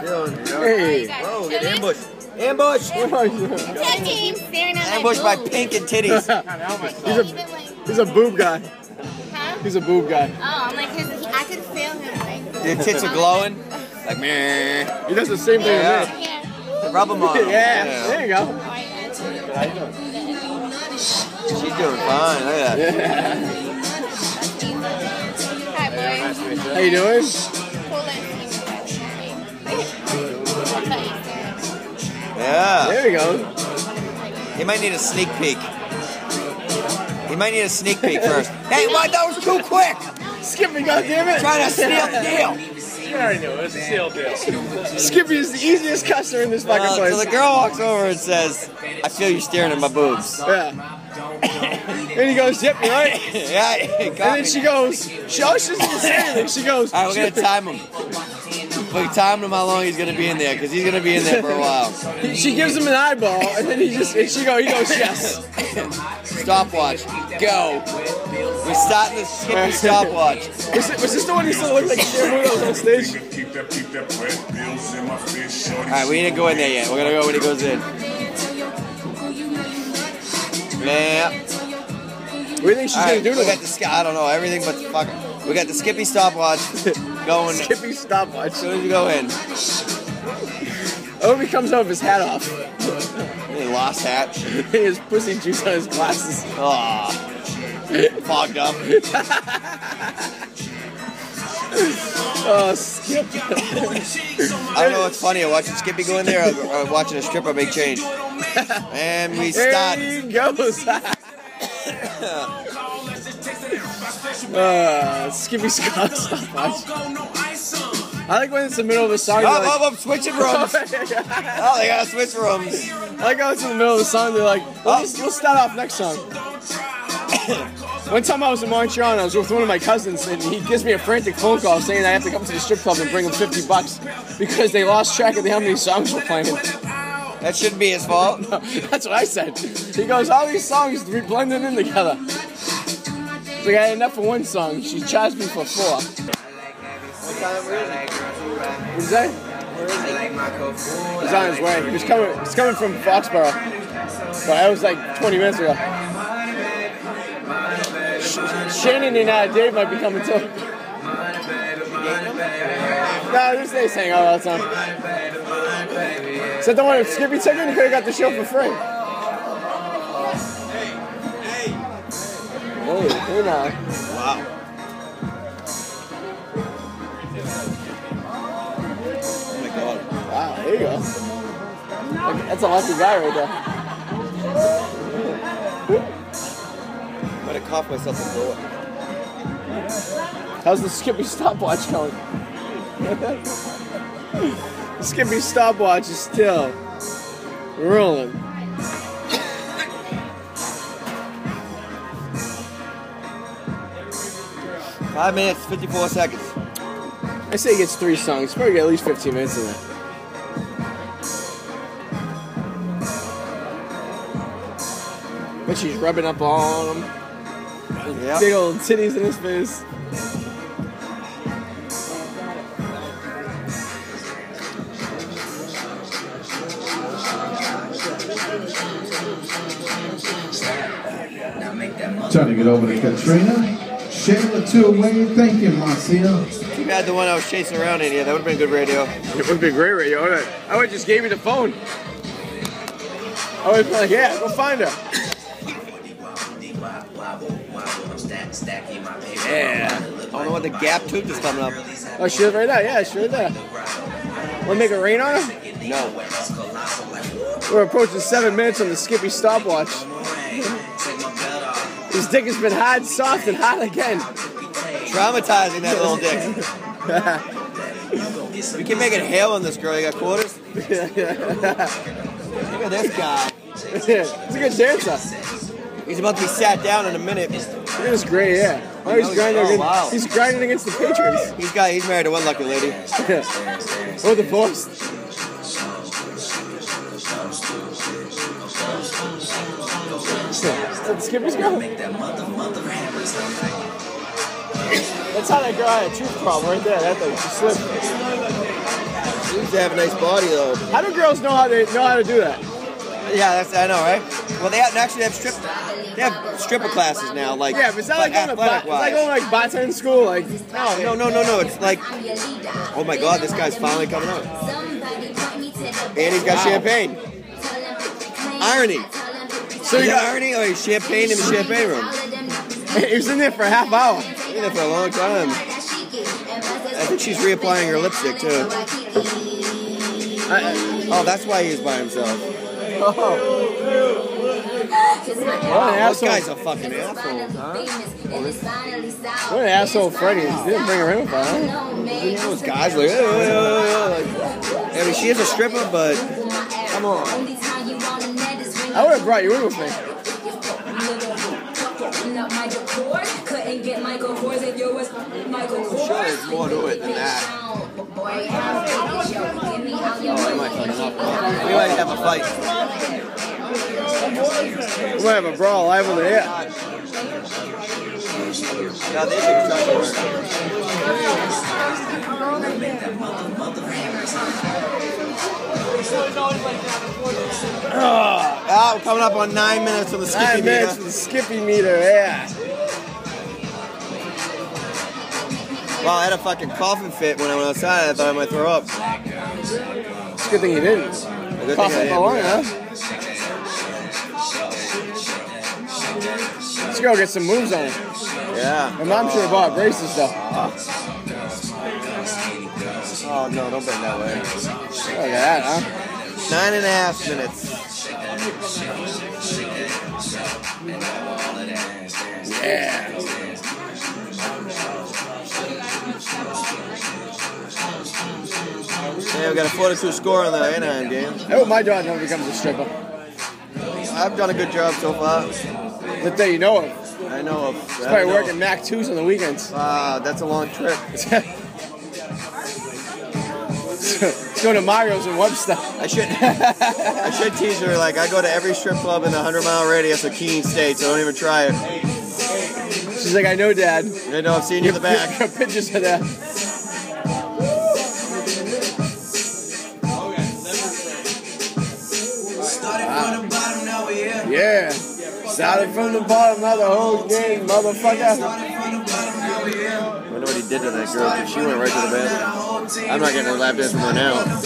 Hey. Whoa, Oh, get ambushed. Ambush! Tag team staring at Ambushed my by boobs. pink and titties. I can't He's a- even, like, He's a boob guy. huh? He's a boob guy. Oh, I'm like his. He, I could feel him like. Your tits are glowing. Like, meh. He does the same thing as Yeah. Yeah. Rub them on. me. Yeah, Oh, there you go. She's doing fine. Look at that. Hi boys. How you doing? Cool and sweet. Yeah. There you go. He might need a sneak peek. He might need a sneak peek first. Hey, why that was too quick? Skippy, goddammit. Trying to steal the deal. You already know it's a seal deal. Skippy is the easiest customer in this fucking Uh, so place. the girl walks over and says, "I feel you staring at my boobs." yeah. and he goes, yep, you're right. yeah. it got And then me. she goes, she, oh, she doesn't say anything. She goes, All right, we're gonna she, time him. We timed him how long he's gonna be in there, cause he's gonna be in there for a while. she gives him an eyeball, and then he just, and she go, he goes, yes. Stopwatch, go. We're starting the skippy stopwatch. Was, it, was this the one who still looked like Shamudos on stage? All right, we didn't go in there yet. We're gonna go when he goes in. Yeah. What do you think she's All right, gonna do we to got him? the sk- I don't know everything but the fuck. We got the skippy stopwatch going as Skippy stopwatch. soon as we go in. Oh, he comes over, his hat off. He lost hat. his pussy juice on his glasses. Aw. Fogged up. Oh, Skip. I don't know what's funnier, watching Skippy go in there or, or watching a stripper make change. And we There start. he goes. uh, Skippy Scott stopwatch. I like when it's the middle of a song. Oh, they're oh, like, oh, switching rooms. Oh, they gotta switch rooms. I like how it's in the middle of the song. They're like, Oh. we'll, just, we'll start off next song. One time I was in Montreal and I was with one of my cousins, and he gives me a frantic phone call saying I have to come to the strip club and bring him 50 bucks because they lost track of how many songs were playing. That shouldn't be his fault. That's what I said. He goes, all these songs we blended in together. It's like I had enough for one song. She charged me for four. What is that? He's on his way. He's coming. He's coming from Foxborough. But that was like 20 minutes ago. Sh- Shannon and uh, Dave might be coming too. No, this they hang out all the time. Is that the one with Skippy Chicken? You could have got the show for free. Hey, hey now. Oh my god. Wow, there you go. Like, That's a lucky guy right there. I'm gonna cough myself a bullet. How's the Skippy stopwatch going? the Skippy stopwatch is still rolling. Five minutes, 54 seconds. I say he gets three songs. Probably got at least 15 minutes in there. But she's rubbing up on him. Yeah. Big old titties in his face. Turning it over to Katrina. Shayla too, Wayne. Thank you, Marcia. Too bad the one I was chasing around in here. That would have been good radio. It would have been great radio. wouldn't it? I would have just gave you the phone. I would have been like, yeah, go find her. Yeah. I don't know what the gap tooth is coming up. Oh, she was right there. Yeah, she was right there. Want to make it rain on her? No. We're approaching seven minutes on the Skippy stopwatch. His dick has been hot, soft, and hot again. Traumatizing that little dick. We can make it hail on this girl. You got quarters? Look at this guy. He's a good dancer. He's about to be sat down in a minute. Look at this gray hair. Oh, he's grinding, Oh, against, wow. he's grinding against the Patriots. He's got. He's married to one lucky lady. or divorced. Skipper's girl. That's how that girl had a truth problem right there. That thing, she slipped. Seems to have a nice body though. How do girls know how they know how to do that? Yeah, that's I know, right? Well, they have, actually have strip. They have stripper classes now. Like Yeah, but it's not like going to bo- it's like athletic-wise. going like boxing school. Like no, No, no, no, no, no. It's like, oh my God, this guy's finally coming up. And he's got champagne. Irony. So you got irony or is champagne in the champagne room? he was in there for a half hour. Been there for a long time. I think she's reapplying her lipstick too. Oh, that's why he was by himself. Oh, what an This asshole! guy's a fucking asshole. Huh? What an asshole, Freddie is. He didn't bring her in for huh? Those guys like, "Yeah, yeah, yeah, yeah," like- I mean, she is a stripper, but come on. I would have brought you in with me. Sure, there's more to it than that. Oh, they might fuck it up. We might have a fight. We might have a brawl live on the air. Yeah, they should try to work. Ah, we're coming up on nine minutes from the Skippy Nine meter. minutes for the Skippy meter. Yeah. Wow, I had a fucking coughing fit when I went outside. I thought I might throw up. It's a good thing you didn't. A good Cough thing I up my didn't. lung, huh? This girl gets some moves on it. Yeah. My mom should have bought braces though. Oh no, don't bend that way. Look at that, huh? Nine and a half minutes. Yeah. Yeah, we got a 42 score on the Anaheim game. I hope my daughter never becomes a stripper. I've done a good job so far. But there you know it. She's I know. Of, She's probably working Mac 2s on the weekends. Wow, that's a long trip. She's going to Mario's in Webster. I should I should tease her like I go to every strip club in the 100 mile radius of Keene State, so don't even try it. She's like, I know, Dad. I know I'm seeing you in the back. Your pictures of that. Yeah. Started from the bottom, not the whole game, motherfucker. I wonder what he did to that girl because she went right to the bathroom. I'm not getting a lap dance from her now. not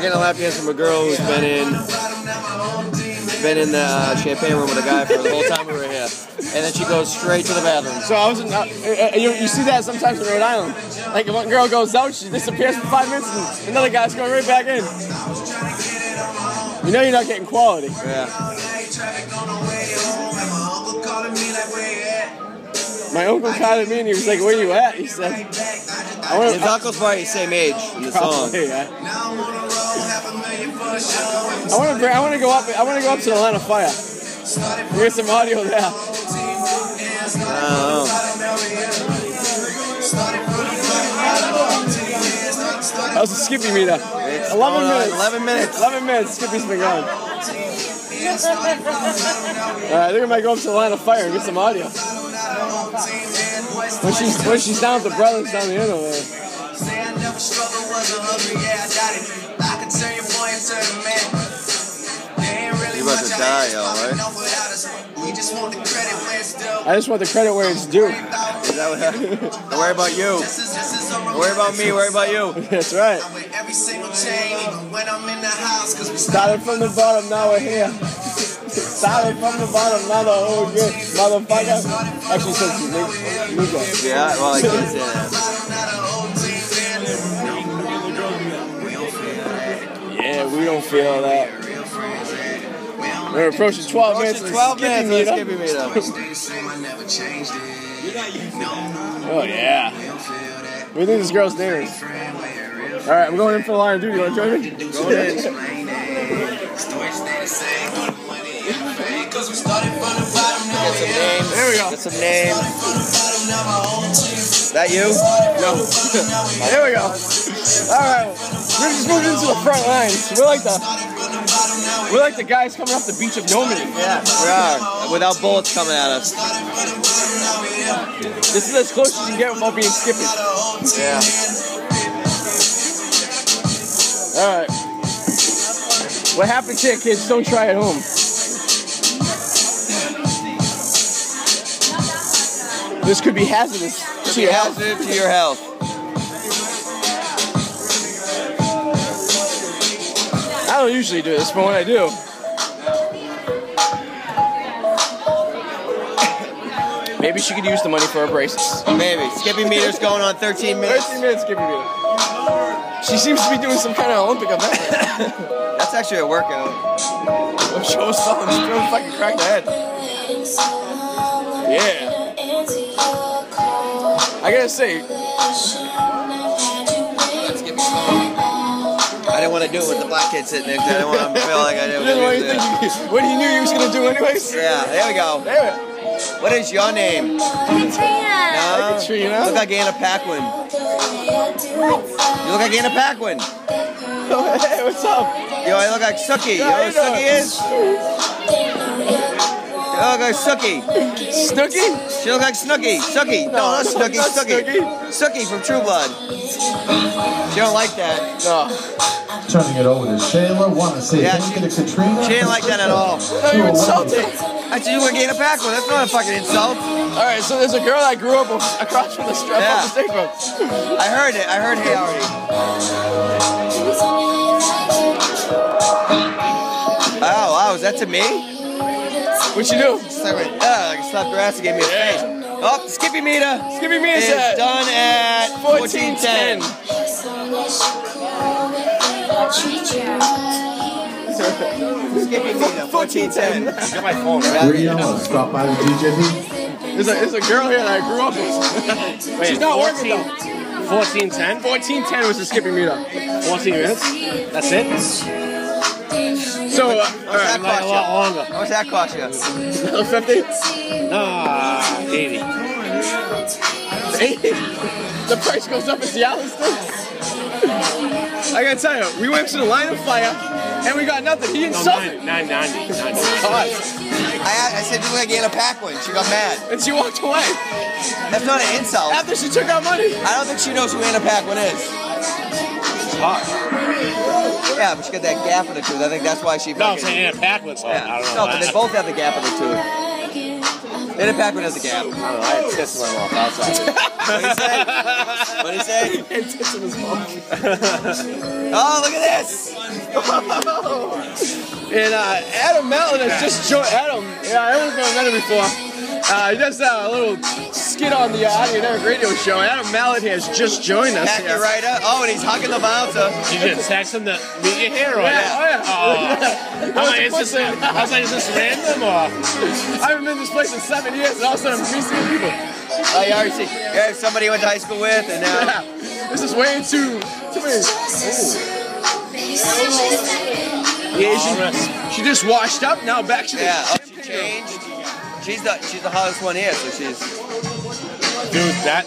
getting a lap dance from a girl who's been in been in the uh, champagne room with a guy for the whole time we were here, and then she goes straight to the bathroom. So I was in, uh, uh, you, you see that sometimes in Rhode Island. Like if one girl goes out, she disappears for five minutes, and another guy's going right back in. You know you're not getting quality. Yeah. My uncle called me and he was like, "Where you at?" He said, "I want His to." uncle's probably the same age in the song. Probably, yeah. I want to bring. I want to go up. I want to go up to the line of fire. We get some audio there. I don't know. That was a Skippy meter. It's 11 going on minutes. 11 minutes. 11 minutes. Skippy's been gone. All right, I think I might go up to the line of fire and get some audio. When she's when she's down with the brothers down the end over there. You about to die, yo, right? I just want the credit where it's due. Is that what happened? Don't worry about you. Don't worry about me, worry about you. That's right. Started from the bottom, now we're here. Started from the bottom, now the whole good motherfucker. Actually, says Nick- Nico. Yeah, well, I can't say that. Yeah, we don't feel that. We're approaching 12 minutes. Approaching 12 minutes Skippy on meetup. Skippy Meetup. Oh yeah. We think this girl's name is. All right, I'm going in for the line of duty. You want to join me? Get some names. There we go. Get some names. That you? No. there we go. All right, we're just moving into the front lines. We're like the we're like the guys coming off the beach of Normandy. Yeah. We are. Without bullets coming at us. This is as close as you get without being skipping. Yeah. All right. What happens here, kids? Don't try at home. This could be hazardous. To to your your health. health. To your health. I don't usually do this, but when I do. Maybe she could use the money for her braces. Maybe. Skippy meter's going on 13 minutes. 13 minutes, give me that. She seems to be doing some kind of Olympic event. That's actually a workout. I'm sure someone just really fucking cracked the head. Yeah. I gotta say, I didn't want to do it with the black kid sitting next to me. I didn't want to feel like I didn't this is want to do it. what, you think he- what he knew he was gonna do anyways. Yeah, there we go. Damn it. What is your name? No. Katrina. Look like Anna Paquin. You look like Anna Paquin. hey, what's up? Yo, I look like Sookie. You know How what you Sookie doing? is? You look like Sookie. Snooki? She look like Snooki. Sookie. No, not No, Snooki. not Sookie. Sookie from True Blood. She don't like that. No. Turning it over to Shayla. Want to say Yeah, thank she- you to Katrina. She didn't like that at all. No, you insulted. I said you look like Anna Paquin. That's not a fucking insult. Alright, so there's a girl I grew up with across from the strip Yeah. off the state road. I heard it. I heard it already. Oh, wow. Is that to me? What you do? It's like, uh, I slapped her ass and gave me a Yeah. face. Oh, Skippy Mita Skippy me is a done at 1410. 1410. Skippy Mita, 1410. Got my phone. Right? Briella, stop by the DJP. There's a, there's a girl here that I grew up with. Wait, She's not working though. 14, 10? 1410 was the skipping meetup. 14 minutes? That's it? So, uh, all What's that right, cost A lot you? longer. How much that cost you? 50? Nah, 80. the price goes up at the I gotta tell you, we went to the line of fire and we got nothing. He No, insulted nine- 990. 990. us. I, I said you look like Anna Paquin. She got mad. And she walked away That's not an insult. after she took our money. I don't think she knows who Anna Paquin is. It's hot. Yeah, but she got that gap in her tooth. I think that's why she No, I'm fucking. saying in a pack with Yeah. I don't know. No, but they both have the gap in their tooth. Anna Paquin has the gap. I don't know. I had tits in my mouth outside. What'd he say? What'd he say? Oh, look at this! And uh, Adam Mellon has just joined. Adam, yeah, I don't know if I've met him before. Uh, he does uh, a little skit on the uh, Audio Network radio show. Adam Mallon has just joined us Back here. it right up. Oh, and he's hugging the bouncer. You just text him to meet your hero. Yeah, oh, yeah. I'm like, is this, I was like, is this random I or? haven't been in this place in seven years, and all of a sudden I'm meeting people. Oh, you already see. You already somebody you went to high school with, and now. Yeah, this is way too too many. Yeah, she, she just washed up. Now back to the Yeah, oh, she changed. She's the she's the hottest one here, so she's. Dude, that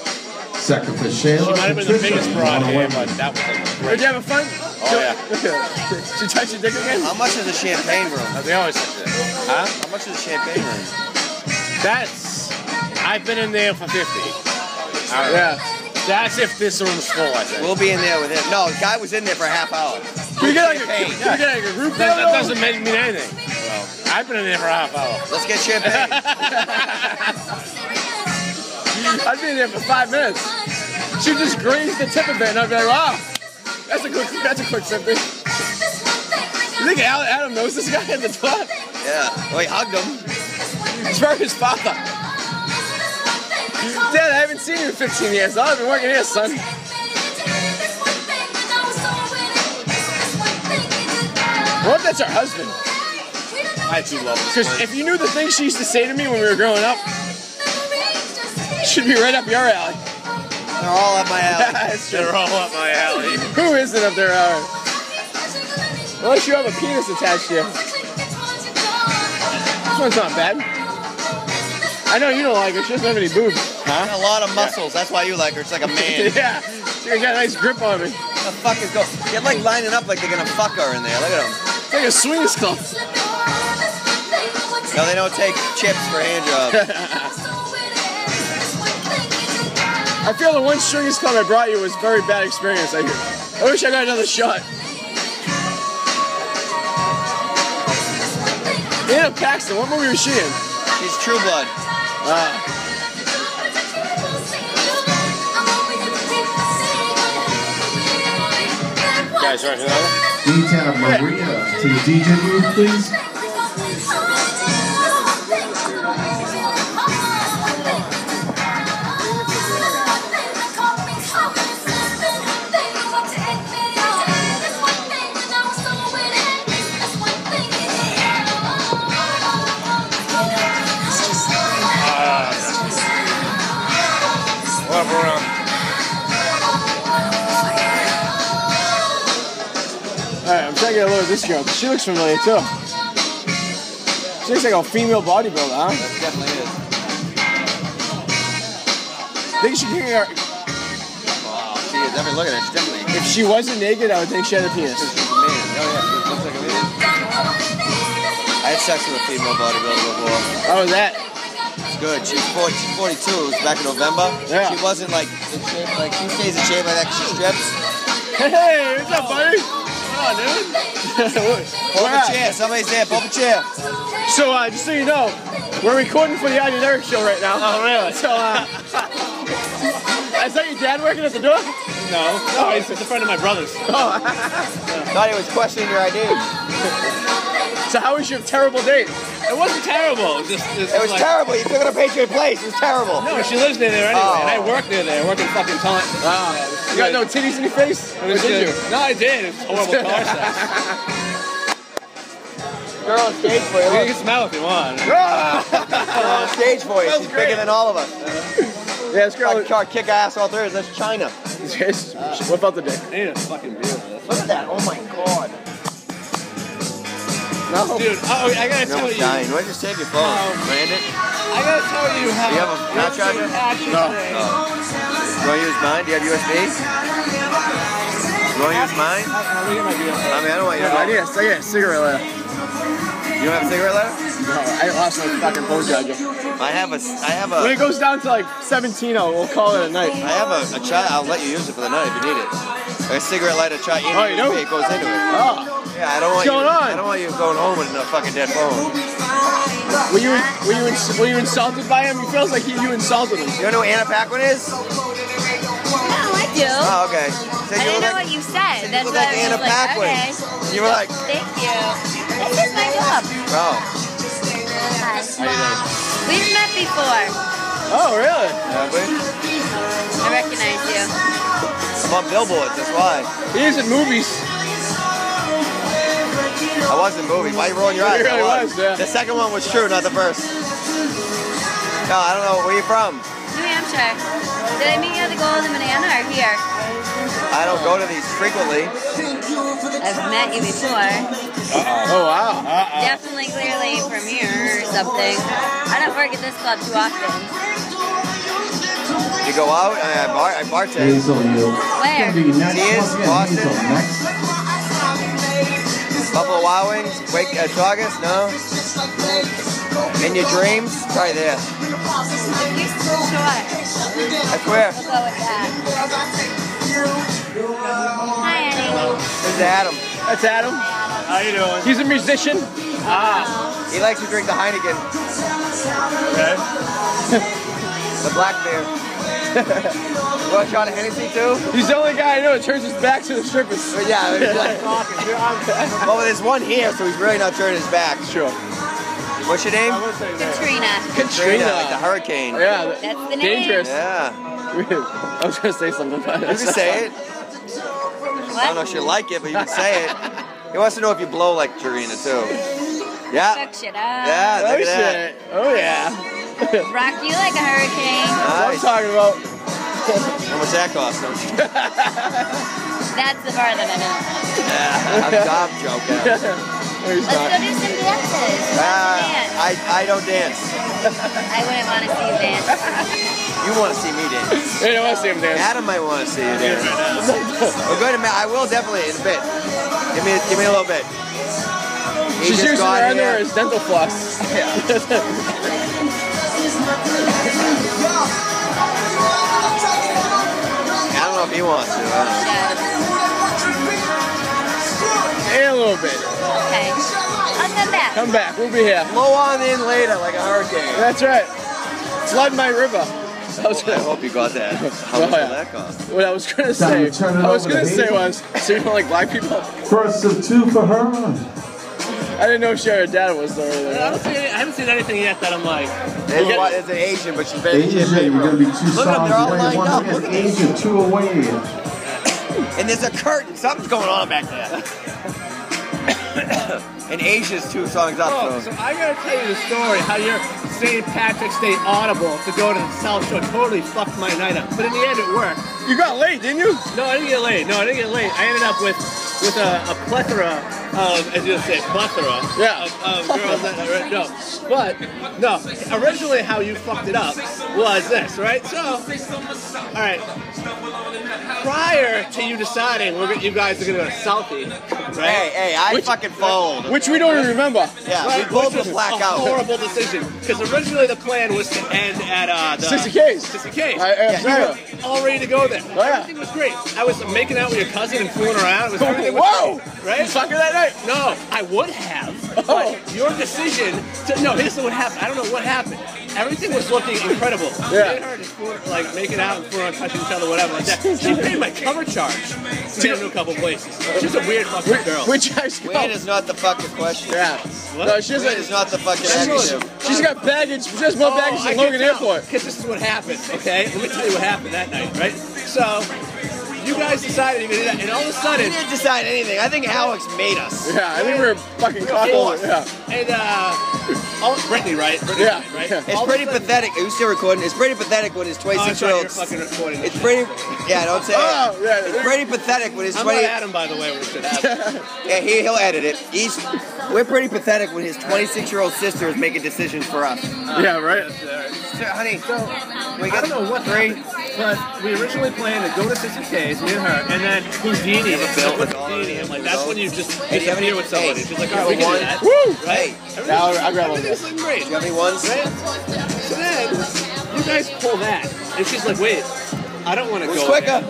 Second for Shayla. she might have been the Patricia, biggest you broad wanna here, win? but that was Did you having fun? Oh, yeah. Did you touch your dick again? How much is the champagne room? They always say that. Huh? How much is the champagne room? That's. I've been in there for 50. Yeah. That's if this room's full, I think. We'll be in there with him. No, the guy was in there for a half hour. Can we get like a, Champagne. can we get like a group That, photo? that doesn't mean mean anything. I I've been in there for a half hour. Let's get champagne. I'd be in there for five minutes. She just grazed the tip of it, and I'd be like, wow, that's a quick, that's a quick something. You think Al- Adam knows this guy at the top? Yeah. Well, he hugged him. It's for his father. Dad, I haven't seen you in 15 years. I've been working here, son. What if that's her husband? I do love this. Because if you knew the things she used to say to me when we were growing up, she'd be right up your alley. They're all up my alley. That's true. They're all up my alley. Who isn't up there alley? Unless you have a penis attached to you. This one's not bad. I know you don't like her. She doesn't have any boobs. Got A lot of muscles. That's why you like her. It's like a man. Yeah. She got a nice grip on me. the fuck is going? They're like lining up like they're gonna fuck her in there. Look at them. It's like a swingers club. No, they don't take chips for hand jobs. I feel the one swingers club I brought you was a very bad experience. I, I wish I got another shot. Anna Paxton, what movie was she in? She's True Blood. Guys, right now? Need to have Maria to the DJ booth, please. Love around. Alright, I'm trying to get a look at this girl. She looks familiar too. She looks like a female bodybuilder, huh? Definitely is. think she can get Wow, she is. I mean, look at her. She's definitely. If she wasn't naked, I would think she had a penis. She's a man. Oh yeah, she looks like a man. I had sex with a female bodybuilder before. How was that? It's good. She's 40, she's 42. It was back in November. Yeah. She wasn't like in shape. Like she stays in shape like that. 'cause She strips. Hey, what's up, buddy? What's on, dude? Pull up a Alright. chair. Somebody's there. Pull up a chair. So, uh, just so you know, we're recording for the Adi Eric show right now. Oh, really? So, uh, is that your dad working at the door? No. No, it's, it's a friend of my brother's. Thought he was questioning your ID. It So, how was your terrible date? It wasn't terrible. It was just, just was like, terrible. You took her to Patriot Place. It was terrible. No, she lives near there anyway, and I work near there. I work in fucking Taunton. Wow. You got no titties in your face? Or It was did good. No, I did. It was horrible car sex. Girl on stage for you. You Look. can smell if you want. Girl on stage for you. That's She's great. bigger than all of us. you? Yeah, this girl. Fucking car kick ass all through. That's China. what about the dick? I need a fucking beer for this. Look at that. Oh my god. No. Dude, oh, I gotta You're tell almost you. dying. Why'd you just take your phone? Um, Brand it? I gotta tell you how. You have a not charger? No. You wanna use mine? Do you have USB? You wanna use mine? Let me get my beer. I mean, I don't want your I need idea. a, I need a cigarette lighter. You don't have a cigarette lighter? No, I lost my fucking phone charger. I have a, I have a, When it goes down to like 17, oh, we'll call it a night. I have a, a chai. I'll let you use it for the night if you need it. A cigarette lighter chai. You Oh, you do? It goes into it. Oh. Yeah, I don't want What's you. going on? I don't want you going home with a fucking dead phone. Were you were you, ins- were you insulted by him? He feels like he, you insulted him. You know who Anna Paquin is? Oh, okay. I Said you didn't look know like- what you said. you That's look why like I Anna was like, Paquin. okay, You were like, thank you. This is my job. oh. Hi. We've met before. Oh, really? Yeah, but I recognize you. I'm on billboards. That's why. He is in movies. I was in movies. Why you rolling your eyes? You I really was, yeah. The second one was true, not the first. No, I don't know. Where you from? New Hampshire. Did I meet you at the Golden Banana or here? I don't go to these frequently. I've met you before. Oh, wow. Definitely, clearly from here or something. I don't work at this club too often. You go out, I, I, bar, I bartend. Hazel, you. Where? Be next. She is Once again, Boston. Hazel, next. Buffalo Wild Wings, Wake at Chagas, no? In your dreams? Try there. You're so short. That's where. We'll go with that. Hi, Annie. This is Adam. That's Adam. How you doing? He's a musician. Ah. He likes to drink the Heineken. Okay. the black beer. you want a shot of Hennessy too? He's the only guy I know that turns his back to the strippers. But yeah, he's like talking. Well, there's one here, so he's really not turning his back. Sure. What's your name? Katrina. Katrina, like the hurricane. Yeah. th- That's the name. Dangerous. Yeah. I was gonna say something. About You can say it. I don't know What? if she'll like it, but you can say it. He wants to know if you blow like Katrina too. Yeah. Fuck shit up. Yeah, Oh look at that. shit. Oh yeah. Rock you like a hurricane. That's Nice. what I'm talking about. How much that cost him? That's the bar that I know. I'm, I'm joking. No, he's Let's go not. do some dances. Ah, I, I don't dance. I wouldn't want to see you dance. You want to see me dance. Hey, don't want to see him dance. Adam might want to see you dance. We're going to ma- I will definitely in a bit. Give me, give me a little bit. He She's just using got her underwear here. as dental floss. I don't know if he wants to. uh. I Yeah. Hey, a little bit. Okay. I'll come back. Come back. We'll be here. don't know. Blow on in later like a hurricane. That's right. Flood my river. I was I gonna, hope you got that. How Oh, much yeah. did that cost? what I was gonna say. turn it I was over to gonna say Hazel. was so you don't like black people. First of two for her. I didn't know if she or her dad was though. I Really. haven't, seen, I haven't seen anything yet that I'm like, There's, one- there's an Asian, but she's very Asia, we're gonna be two Look at them, songs they're all away. lined One up. minute. Look at this. Asia, two away. And there's a curtain. Something's going on back there. and Asia's two songs up. oh, so so- I gotta tell you the story how your St. Patrick's Day audible to go to the South Shore totally fucked my night up. But in the end, it worked. You got late, didn't you? No, I didn't get late. No, I didn't get late. I ended up with with a, a plethora of, as you say, plethora Yeah. of, of girls that are, no. But no, originally how you fucked it up was this, right? So, all right. Prior to you deciding we're, gonna- you guys are gonna go to Southie, right? Hey, hey, I Which- fucking fold. Which we don't even remember. Yeah, Right, we both which were was black a out. horrible decision because originally the plan was to end at uh, the 60Ks. 60Ks. I- I- yeah. We were all ready to go there. yeah. Everything was great. I was making out with your cousin and fooling around. It was everything was Whoa! great, Right? You right? fucking that night? No, I would have. Oh. But your decision to no, here's what happened. I don't know what happened. Everything was looking incredible. Yeah. Me and her just fooling, like making out and fooling, around, touching each other, whatever. Like that. She paid my cover charge. She a couple places. She's a weird fucking girl. Which I saw. Weird is not the fucking question. Yeah. No, she Weird doesn't. is not Oh, the fucking She's, adjective. she's got baggage. She has more Oh, baggage than Logan Airport. Because this is what happened, okay? Let me tell you what happened that night, right? So, you guys decided you're gonna do that, and all of a We sudden, didn't decide anything. I think Alex made us. Yeah, I think we were fucking caught Forced. Yeah. and uh, all, Brittany, right? Brittany, Yeah, right? yeah. It's All of a pretty sudden- pathetic. Are you still recording? It's pretty pathetic when his Oh, 26 I thought year you old. were fucking recording. It's pretty. Yeah, don't say Oh, it. yeah. It's pretty pathetic when his I'm 20. not Adam, by the way, when it should happen. Yeah, he, he'll edit it. He's, we're pretty pathetic when his 26 year old sister is making decisions for us. Yeah, right? So, honey, we I got don't know what three. happened, but we originally planned to go to 60K's, me and her, and then Houdini. a bill with all Houdini. I'm like, the that's results. when you just Hey, do you have any- disappear with somebody. hey, She's like, do you all right, we have can do one? Woo! that. Hey, Yeah, I'll- I'll grab one. Everything's looking great. do you have any ones? Right? So then, you guys pull that, and she's like, "Wait, I don't want to Who's go." quicker?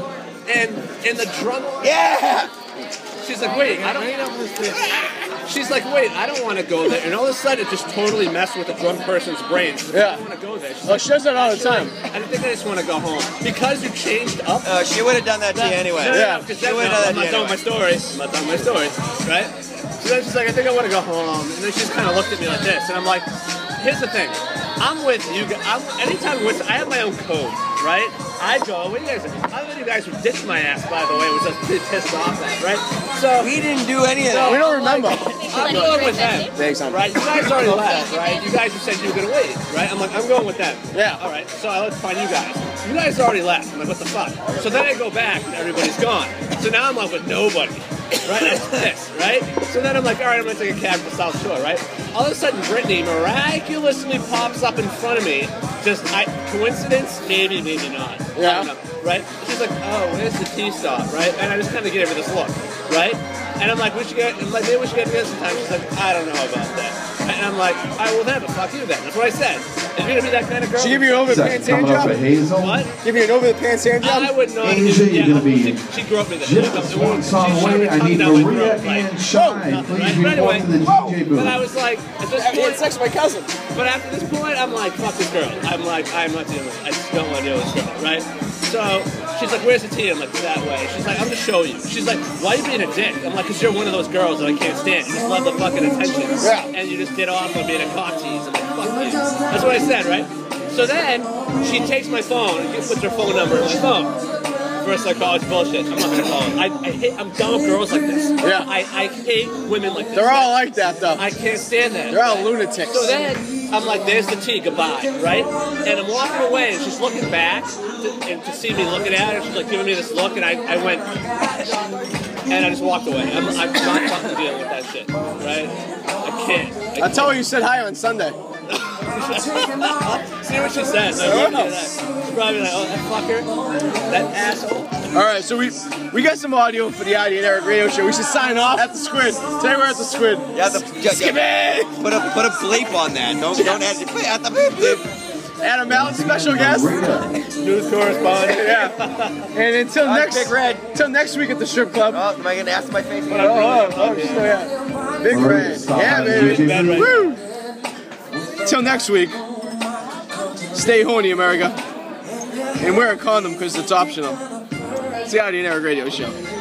there." And and the drunk, Yeah! she's like, "Wait, I don't." She's like, "Wait, I don't want to go there." And all of a sudden, it just totally messed with a drunk person's brain. She's like, I Yeah. don't want to go there. She's Oh, like, she does that all the time. I think I just want to go home because you changed up. Uh, she would have done that to you anyway. No, no, Yeah. no, 'cause She that's would've not, done that I'm not to you telling my story. I'm not telling my story, right? So then she's like, I think I want to go home. And then she's kind of looked at me like this, and I'm like, here's the thing. I'm with you. gu- I'm anytime with. I have my own code, right? I go. What do you guys? I thought you guys would ditch my ass, by the way, which I was pretty pissed off at, right? So We didn't do any of that. We don't remember. I'm going with them. Thanks, I'm- Right? You guys already left, right? You guys have said you were gonna wait, right? I'm like, I'm going with them. Yeah. All right. So I let's find you guys. You guys already left. I'm like, what the fuck? So then I go back and everybody's gone. So now I'm left with nobody. Right? That's this, right? So then I'm like, all right, I'm gonna take a cab to South Shore, right? All of a sudden, Brittany miraculously pops up in front of me. Just I, coincidence? Maybe, maybe not. I don't Yeah. know right? She's like, oh, where's the tea stop, right? And I just kind of gave her this look, right? And I'm like, we should get, I'm like, maybe we should get together sometime. She's like, I don't know about that. And I'm like, all right, well then, but fuck you then. That's what I said. Is you gonna be that kind of girl? She give you an over the pants hand coming up job? for Hazel? What? Give you an over the pants hand job? I would not. Asia, yeah, you're gonna be She, she grew up with it. just It won't- one song she shouldn't away. have I need come down with Maria growth, like, and Shine. nothing, Please right? be But walk to the anyway, DJ But I booth. was like, at this I had point, sex with my cousin. But after this point, I'm like, fuck this girl. I'm like, I'm not dealing with it. I just don't want to deal with this girl, right? So she's like, where's the tea? I'm like, that way. She's like, I'm gonna show you. She's like, why are you being a dick? I'm like, because you're one of those girls that I can't stand. You just love the fucking attention. Yeah. And you just get off on being a cock tease. I'm like, fuck you. That's what I said, right? So then she takes my phone and puts her phone number in my phone. First, like college bullshit. I'm not gonna call it. I, I hate, I'm done with girls like this. Yeah. I, I hate women like this. They're all like that, though. I can't stand that. They're all lunatics. So then I'm like, there's the tea, goodbye, right? And I'm walking away, and she's looking back to, and to see me looking at her. She's like giving me this look, and I, I went, and I just walked away. I'm, I'm not fucking dealing with that shit, right? I can't. I That's how you said hi on Sunday. can't. see what she says. I Sure. wouldn't do that. She's probably like, oh, that fucker, that asshole. All right, so we we got some audio for the Adi and Eric radio show. We should sign off at the Squid. Today we're at the Squid. Yeah, the- yeah, yeah. Skibidi! Put a put a bleep on that. Don't don't add the bleep. Add the bleep. bleep. Adam Allen, special guest. News correspondent. Yeah. And until Uh, next Big Red. until next week at the strip club. Oh, am I gonna ask my face? Oh, oh, oh, so yeah. Big Maroon Red. style, Yeah, DJ baby. booth. Woo! Till next week. Stay horny, America. And wear a condom because it's optional. It's the Adi and Eric radio show.